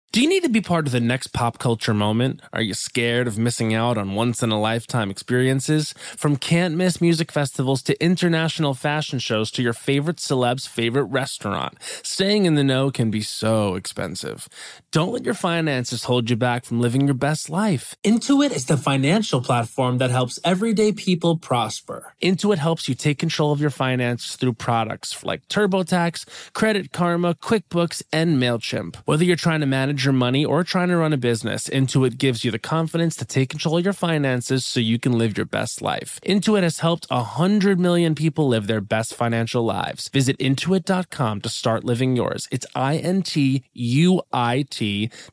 Do you need to be part of the next pop culture moment? Are you scared of missing out on once in a lifetime experiences? From can't miss music festivals to international fashion shows to your favorite celeb's favorite restaurant, staying in the know can be so expensive. Don't let your finances hold you back from living your best life. Intuit is the financial platform that helps everyday people prosper. Intuit helps you take control of your finances through products like TurboTax, Credit Karma, QuickBooks, and MailChimp. Whether you're trying to manage your money or trying to run a business, Intuit gives you the confidence to take control of your finances so you can live your best life. Intuit has helped 100 million people live their best financial lives. Visit intuit.com to start living yours. It's I N T U I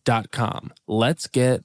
T.com. Let's get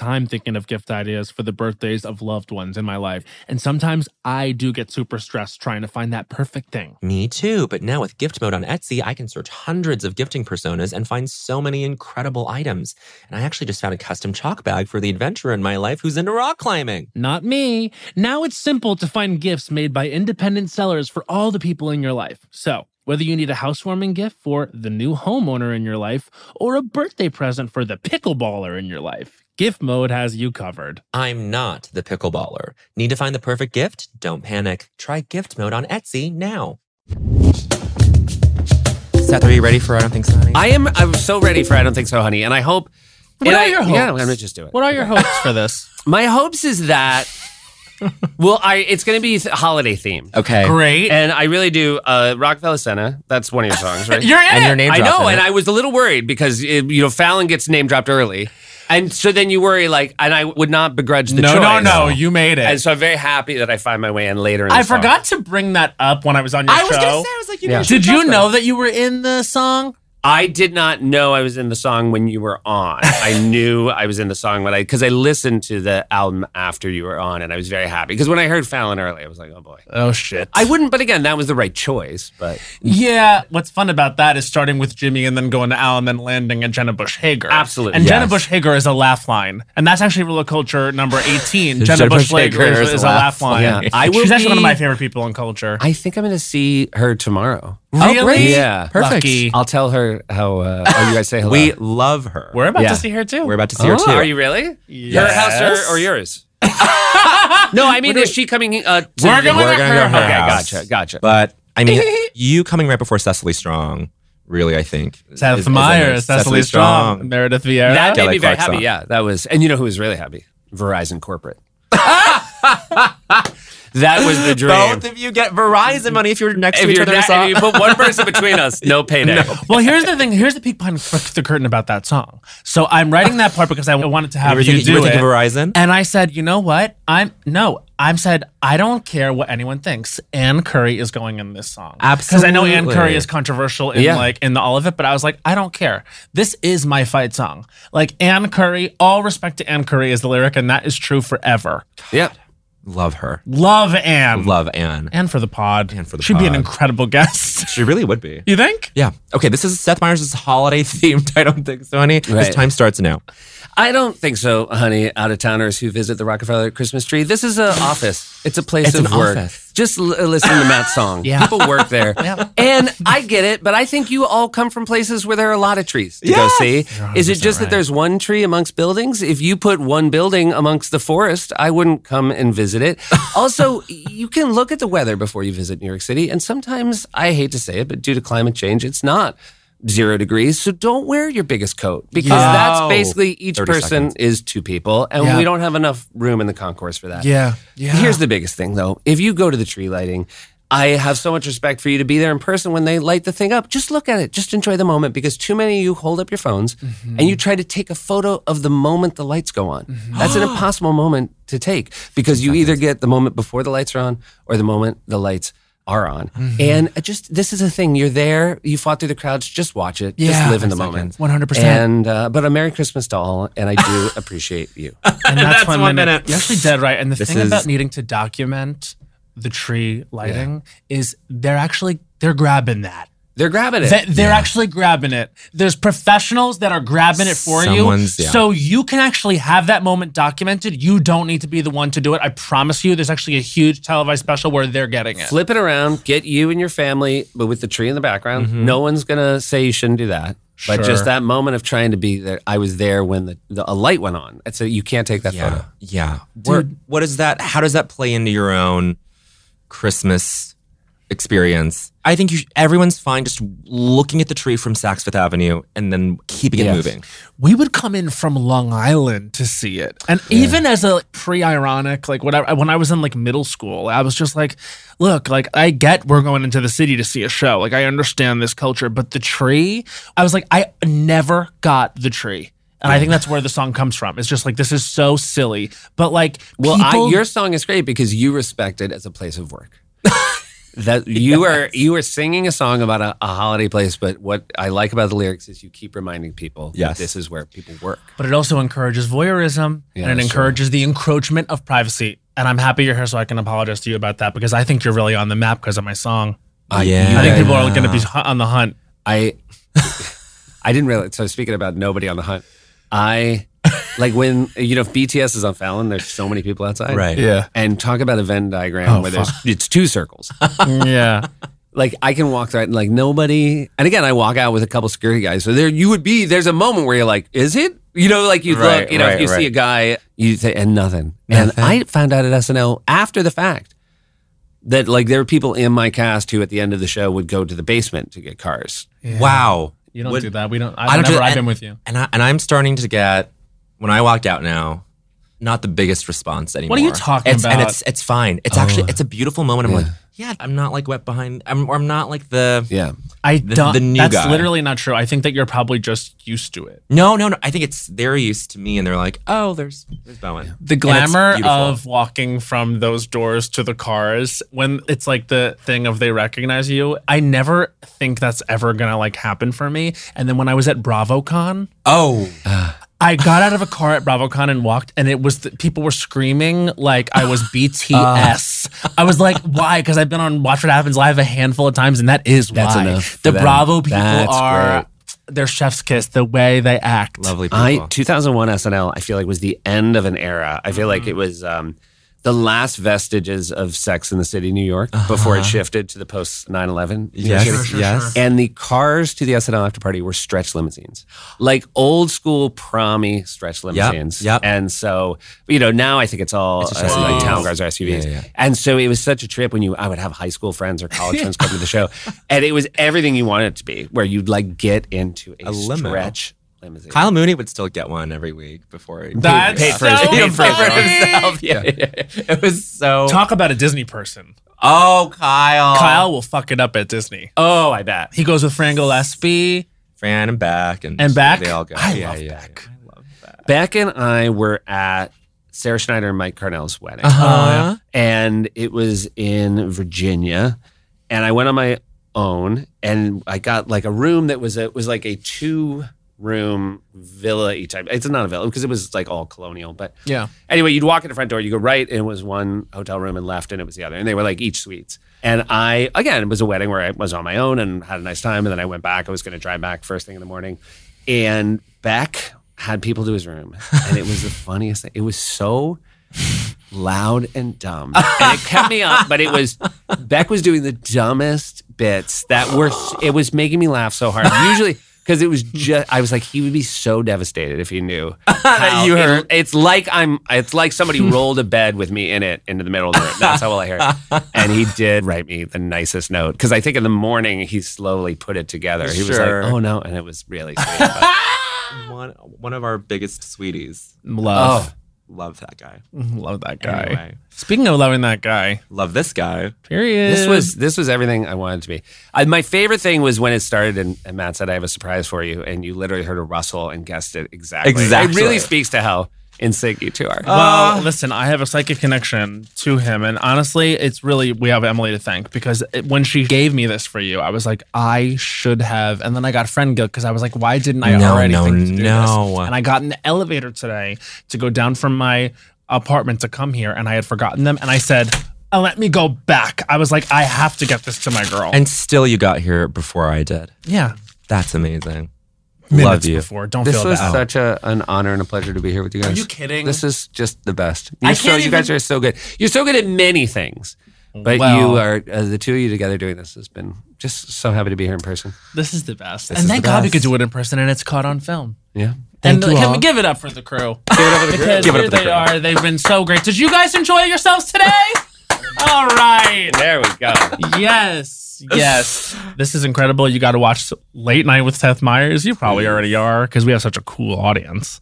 time thinking of gift ideas for the birthdays of loved ones in my life. And sometimes I do get super stressed trying to find that perfect thing. Me too, but now with gift mode on Etsy, I can search hundreds of gifting personas and find so many incredible items. And I actually just found a custom chalk bag for the adventurer in my life who's into rock climbing. Not me. Now it's simple to find gifts made by independent sellers for all the people in your life. So, whether you need a housewarming gift for the new homeowner in your life or a birthday present for the pickleballer in your life, gift mode has you covered. I'm not the pickleballer. Need to find the perfect gift? Don't panic. Try gift mode on Etsy now. Seth, are you ready for I Don't Think So? Honey? I am I'm so ready for I don't think so, honey. And I hope What and are I- your hopes? Yeah, I'm gonna just do it. What are your hopes for this? My hopes is that well, I it's gonna be th- holiday themed. Okay. Great. And I really do. Uh, Rockefeller Center. That's one of your songs, right? You're in And it. your name I dropped know, in and it. I was a little worried because it, you know Fallon gets name dropped early, and so then you worry like, and I would not begrudge the no, choice. no, no. You made it. And so I'm very happy that I find my way in later. In the I song. forgot to bring that up when I was on your I was show. gonna say, I was like, you Yeah. guys should Did you talk about know that you were in the song? I did not know I was in the song when you were on. I knew I was in the song when I because I listened to the album after you were on, and I was very happy because when I heard Fallon early, I was like, oh boy. Oh shit. I wouldn't, but again, that was the right choice. But yeah. What's fun about that is starting with Jimmy and then going to Al and then landing at Jenna Bush Hager. Absolutely. And Jenna Yes. Bush Hager is a laugh line. And that's actually Rule of Culture number 18. Jenna, Jenna Bush Bush Hager Hager is, is is a laugh line. Yeah. I will She's actually one of be- my favorite people in culture. I think I'm going to see her tomorrow. Really? great. Yeah. Perfect. Lucky. I'll tell her how. Uh, oh, you guys say hello. We love her. We're about Yeah. to see her too. We're about to see Oh, her too. Are you really? Yes. Her house or, or yours? no, I mean, is she coming? Uh, to We're going We're to gonna her go to her house. Okay, house. gotcha, gotcha. But I mean, you coming right before Cecily Strong, really, I think. Seth is- is a Meyers, nice- Cecily Strong, Meredith Vieira. that made Kelly me very Clarkson. happy. Yeah, that was. And you know who was really happy? Verizon corporate. That was the dream. Both of you get Verizon money if you're next to if each you're other. that, so- if you put one person between us, no payday. Well, here's the thing. Here's the peek behind the curtain about that song. So I'm writing that part because I wanted to you have were you, thinking, do you were it. thinking Verizon? And I said, you know what? I'm no. I'm said I don't care what anyone thinks. Anne Curry is going in this song because I know Anne Absolutely. Curry is controversial in Yeah. like in the, all of it. But I was like, I don't care. This is my fight song. Like Anne Curry. All respect to Anne Curry is the lyric, and that is true forever. Yep. Love her. Love Anne. Love Anne. Anne for the pod. Anne for the She'd be an pod. incredible guest. She really would be. you think? Yeah. Okay. This is Seth Meyers' holiday themed. I don't think so, honey. This Right. time starts now. I don't think so, honey. Out of towners who visit the Rockefeller Christmas tree. This is an office. It's a place It's of an work. office. Just l- uh, listen to Matt's song. Yeah. People work there, and I get it. But I think you all come from places where there are a lot of trees to Yes. go see. Is it just that there's one tree amongst buildings? If you put one building amongst the forest, I wouldn't come and visit it. also, you can look at the weather before you visit New York City, and sometimes I hate to say it, but due to climate change, it's not. Zero degrees, so don't wear your biggest coat because Yeah. that's Oh. basically each 30 person seconds. is two people, and Yeah. we don't have enough room in the concourse for that. Yeah. Yeah. Here's the biggest thing, though. If you go to the tree lighting, I have so much respect for you to be there in person when they light the thing up. Just look at it. Just enjoy the moment because too many of you hold up your phones Mm-hmm. and you try to take a photo of the moment the lights go on. Mm-hmm. That's an impossible moment to take because you either get the moment before the lights are on or the moment the lights are on. Mm-hmm. And I just this is a thing. You're there. You fought through the crowds. Just watch it. Yeah. just live in the Seconds. moment. One hundred percent. And uh, but a Merry Christmas to all, and I do appreciate you. and that's, That's one, one minute. minute. You're actually dead right. And the This thing is- about needing to document the tree lighting is they're actually they're grabbing that. They're grabbing it. They- They're actually grabbing it. There's professionals that are grabbing it for Someone's- you, yeah. so you can actually have that moment documented. You don't need to be the one to do it. I promise you. There's actually a huge televised special where they're getting it. Flip it around, get you and your family, but with the tree in the background. No one's gonna say you shouldn't do that. But Mm-hmm. Sure. just that moment of trying to be there, I was there when the, the a light went on. It's a, you can't take that Yeah. photo. Yeah. Where, what is that? How does that play into your own Christmas experience? I think you sh- everyone's fine just looking at the tree from Saks Fifth Avenue and then keeping it Yes. moving. we would come in from Long Island to see it. And even as a pre-ironic, like whatever, when I was in like middle school, I was just like, look, like I get we're going into the city to see a show. Like I understand this culture, but the tree, I was like, I never got the tree. And I think that's where the song comes from. It's just like this is so silly, but like Well, people, I, your song is great because you respect it as a place of work. that you are you are singing a song about a, a holiday place, but what I like about the lyrics is you keep reminding people Yes. that this is where people work. but it also encourages voyeurism Yeah, and it that's true. encourages the encroachment of privacy. And I'm happy you're here, so I can apologize to you about that because I think you're really on the map because of my song. I- Yeah. I think you- people are going to be hu- on the hunt. I I didn't realize. So speaking about nobody on the hunt, I like when you know if BTS is on Fallon, there's so many people outside, Right. Oh, Yeah. And talk about a Venn diagram where there's it's two circles. yeah. like I can walk right and like nobody. And again, I walk out with a couple security guys. So there you would be. There's a moment where you're like, is it? You know, like you Right, look, you know, right, if you right. see a guy, you say and nothing. Nothing. And I found out at SNL after the fact that like there were people in my cast who at the end of the show would go to the basement to get cars. Wow. You don't Would- do that. We don't. I've I don't never. do- I've and- been with you. And I and I'm starting to get when I walked out now, not the biggest response anymore. are you talking It's- And about? it's it's fine. It's actually it's a beautiful moment. I'm like, yeah, I'm not like wet behind. I'm or I'm not like the Yeah. I the- don't. the new that's guy. literally not true. I think that you're probably just used to it. no no no. I think it's they're used to me and they're like, oh, there's there's Bowen. The And it's glamour beautiful. of walking from those doors to the cars when it's like the thing of they recognize you. I never think that's ever gonna like happen for me. And then when I was at BravoCon, oh Uh, I got out of a car at BravoCon and walked, and it was the, people were screaming like I was BTS. I was like, why? Because I've been on Watch What Happens Live a handful of times, and that is That's why enough for the them. Bravo people That's are their chef's kiss, the way they act. lovely people. I 2001 SNL. I feel like was the end of an era. I feel like it was um, the last vestiges of Sex in the City, New York, before it shifted to the post 9/11. yes yes. And the cars to the SNL after party were stretch limousines, like old school promy stretch limousines. yep. And so, you know, now I think it's all just uh, SUVs. like town cars or SUVs. Yeah, yeah, yeah. And so it was such a trip when you, I would have high school friends or college friends come to the show, and it was everything you wanted it to be, where you'd like get into a, A limo. stretch limousine. Kyle Mooney would still get one every week before he That's paid for, so he paid for funny. himself. Yeah, yeah, yeah. It was so. Talk about a Disney person. oh, Kyle. Kyle will fuck it up at Disney. Oh, I bet. He goes with Fran Gillespie. Fran and Beck and, And Beck? They all go. I yeah, love yeah, Beck. yeah. I love Beck. Beck and I were at Sarah Schneider and Mike Carnell's wedding. Oh, Uh-huh. And it was in Virginia. And I went on my own and I got like a room that was a was like a two room villa each type. It's not a villa because it was like all colonial, but Yeah. anyway, you'd walk in the front door, you go right, and it was one hotel room, and left, and it was the other. And they were like each suites. And I, again, it was a wedding where I was on my own and had a nice time. And then I went back. I was going to drive back first thing in the morning. And Beck had people to his room. And it was the funniest thing. It was so loud and dumb. And it kept me up, but it was, Beck was doing the dumbest bits that were, it was making me laugh so hard. Usually, because it was just, I was like, he would be so devastated if he knew how you it- heard. it's like I'm. It's like somebody rolled a bed with me in it into the middle of the room. That's how well I hear it. And he did write me the nicest note because I think in the morning he slowly put it together. He was Sure. like, "Oh no," and it was really sweet. but- One, one of our biggest sweeties. Oh, Love. Love that guy. Love that guy. Anyway, Speaking of loving that guy, love this guy. period. this was this was everything I wanted to be. I, my favorite thing was when it started and, and Matt said, "I have a surprise for you," and you literally heard a rustle and guessed it exactly. Exactly. It really speaks to how insane you two are. Well, listen, I have a psychic connection to him. And honestly, it's really, we have Emily to thank because it- when she gave me this for you, I was like, I should have. And then I got friend guilt because I was like, why didn't I No, already no, think to do no. this? And I got in the elevator today to go down from my apartment to come here and I had forgotten them. And I said, "Oh, let me go back. I was like, I have to get this to my girl. And still, you got here before I did. yeah, That's amazing. minutes love you. before. Don't This feel was bad. such a, an honor and a pleasure to be here with you guys. Are you kidding? This is just the best. You're so, can't you guys are so good. You're so good at many things, but Well- you are uh, the two of you together doing this has been just so happy to be here in person. This is the best. is and thank the God we best. could do it in person and it's caught on film. Yeah. and can we give it up for the crew? Give it up for the because Give it up here for the they crew. are. They've been so great. Did you guys enjoy yourselves today? All right. There we go. Yes. Yes. This is incredible. You got to watch Late Night with Seth Meyers. You probably already are because we have such a cool audience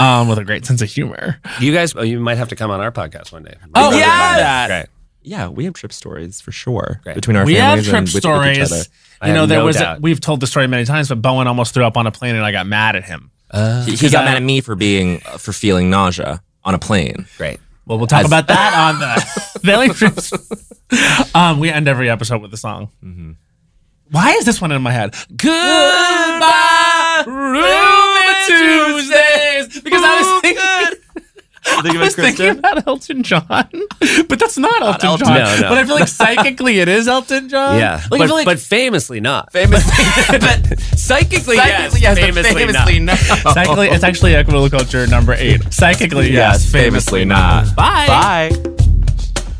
um, with a great sense of humor. you guys, oh, you might have to come on our podcast one day. Oh, yeah. yeah. Great. Yeah, we have trip stories for sure Great. between our we have families trip and with, with each stories. other. I you know, have there no was a, doubt. we've told the story many times, but Bowen almost threw up on a plane and I got mad at him. He, he Because got I- mad at me for being uh, for feeling nausea on a plane. Great. Well, we'll talk As- about that on the failing trips. um, we end every episode with a song. Mm-hmm. Why is this one in my head? Goodbye, Ruby Tuesdays. Because I Oh, was thinking, I was thinking about Elton John, but that's not Elton Elton- John. No, no. But I feel like psychically it is Elton John. Yeah. like, I but, feel like but famously not. Famously, but psychically, yes, famously not. psychically it's actually Equitable Culture number eight. Psychically, yes, yes, famously not. Bye. Bye.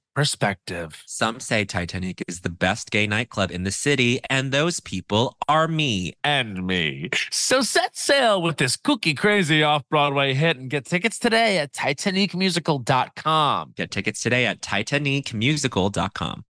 perspective. Some say Titanic is the best gay nightclub in the city, and those people are me. And me. So set sail with this kooky crazy off Broadway hit and get tickets today at TitanicMusical.com. Get tickets today at TitanicMusical.com.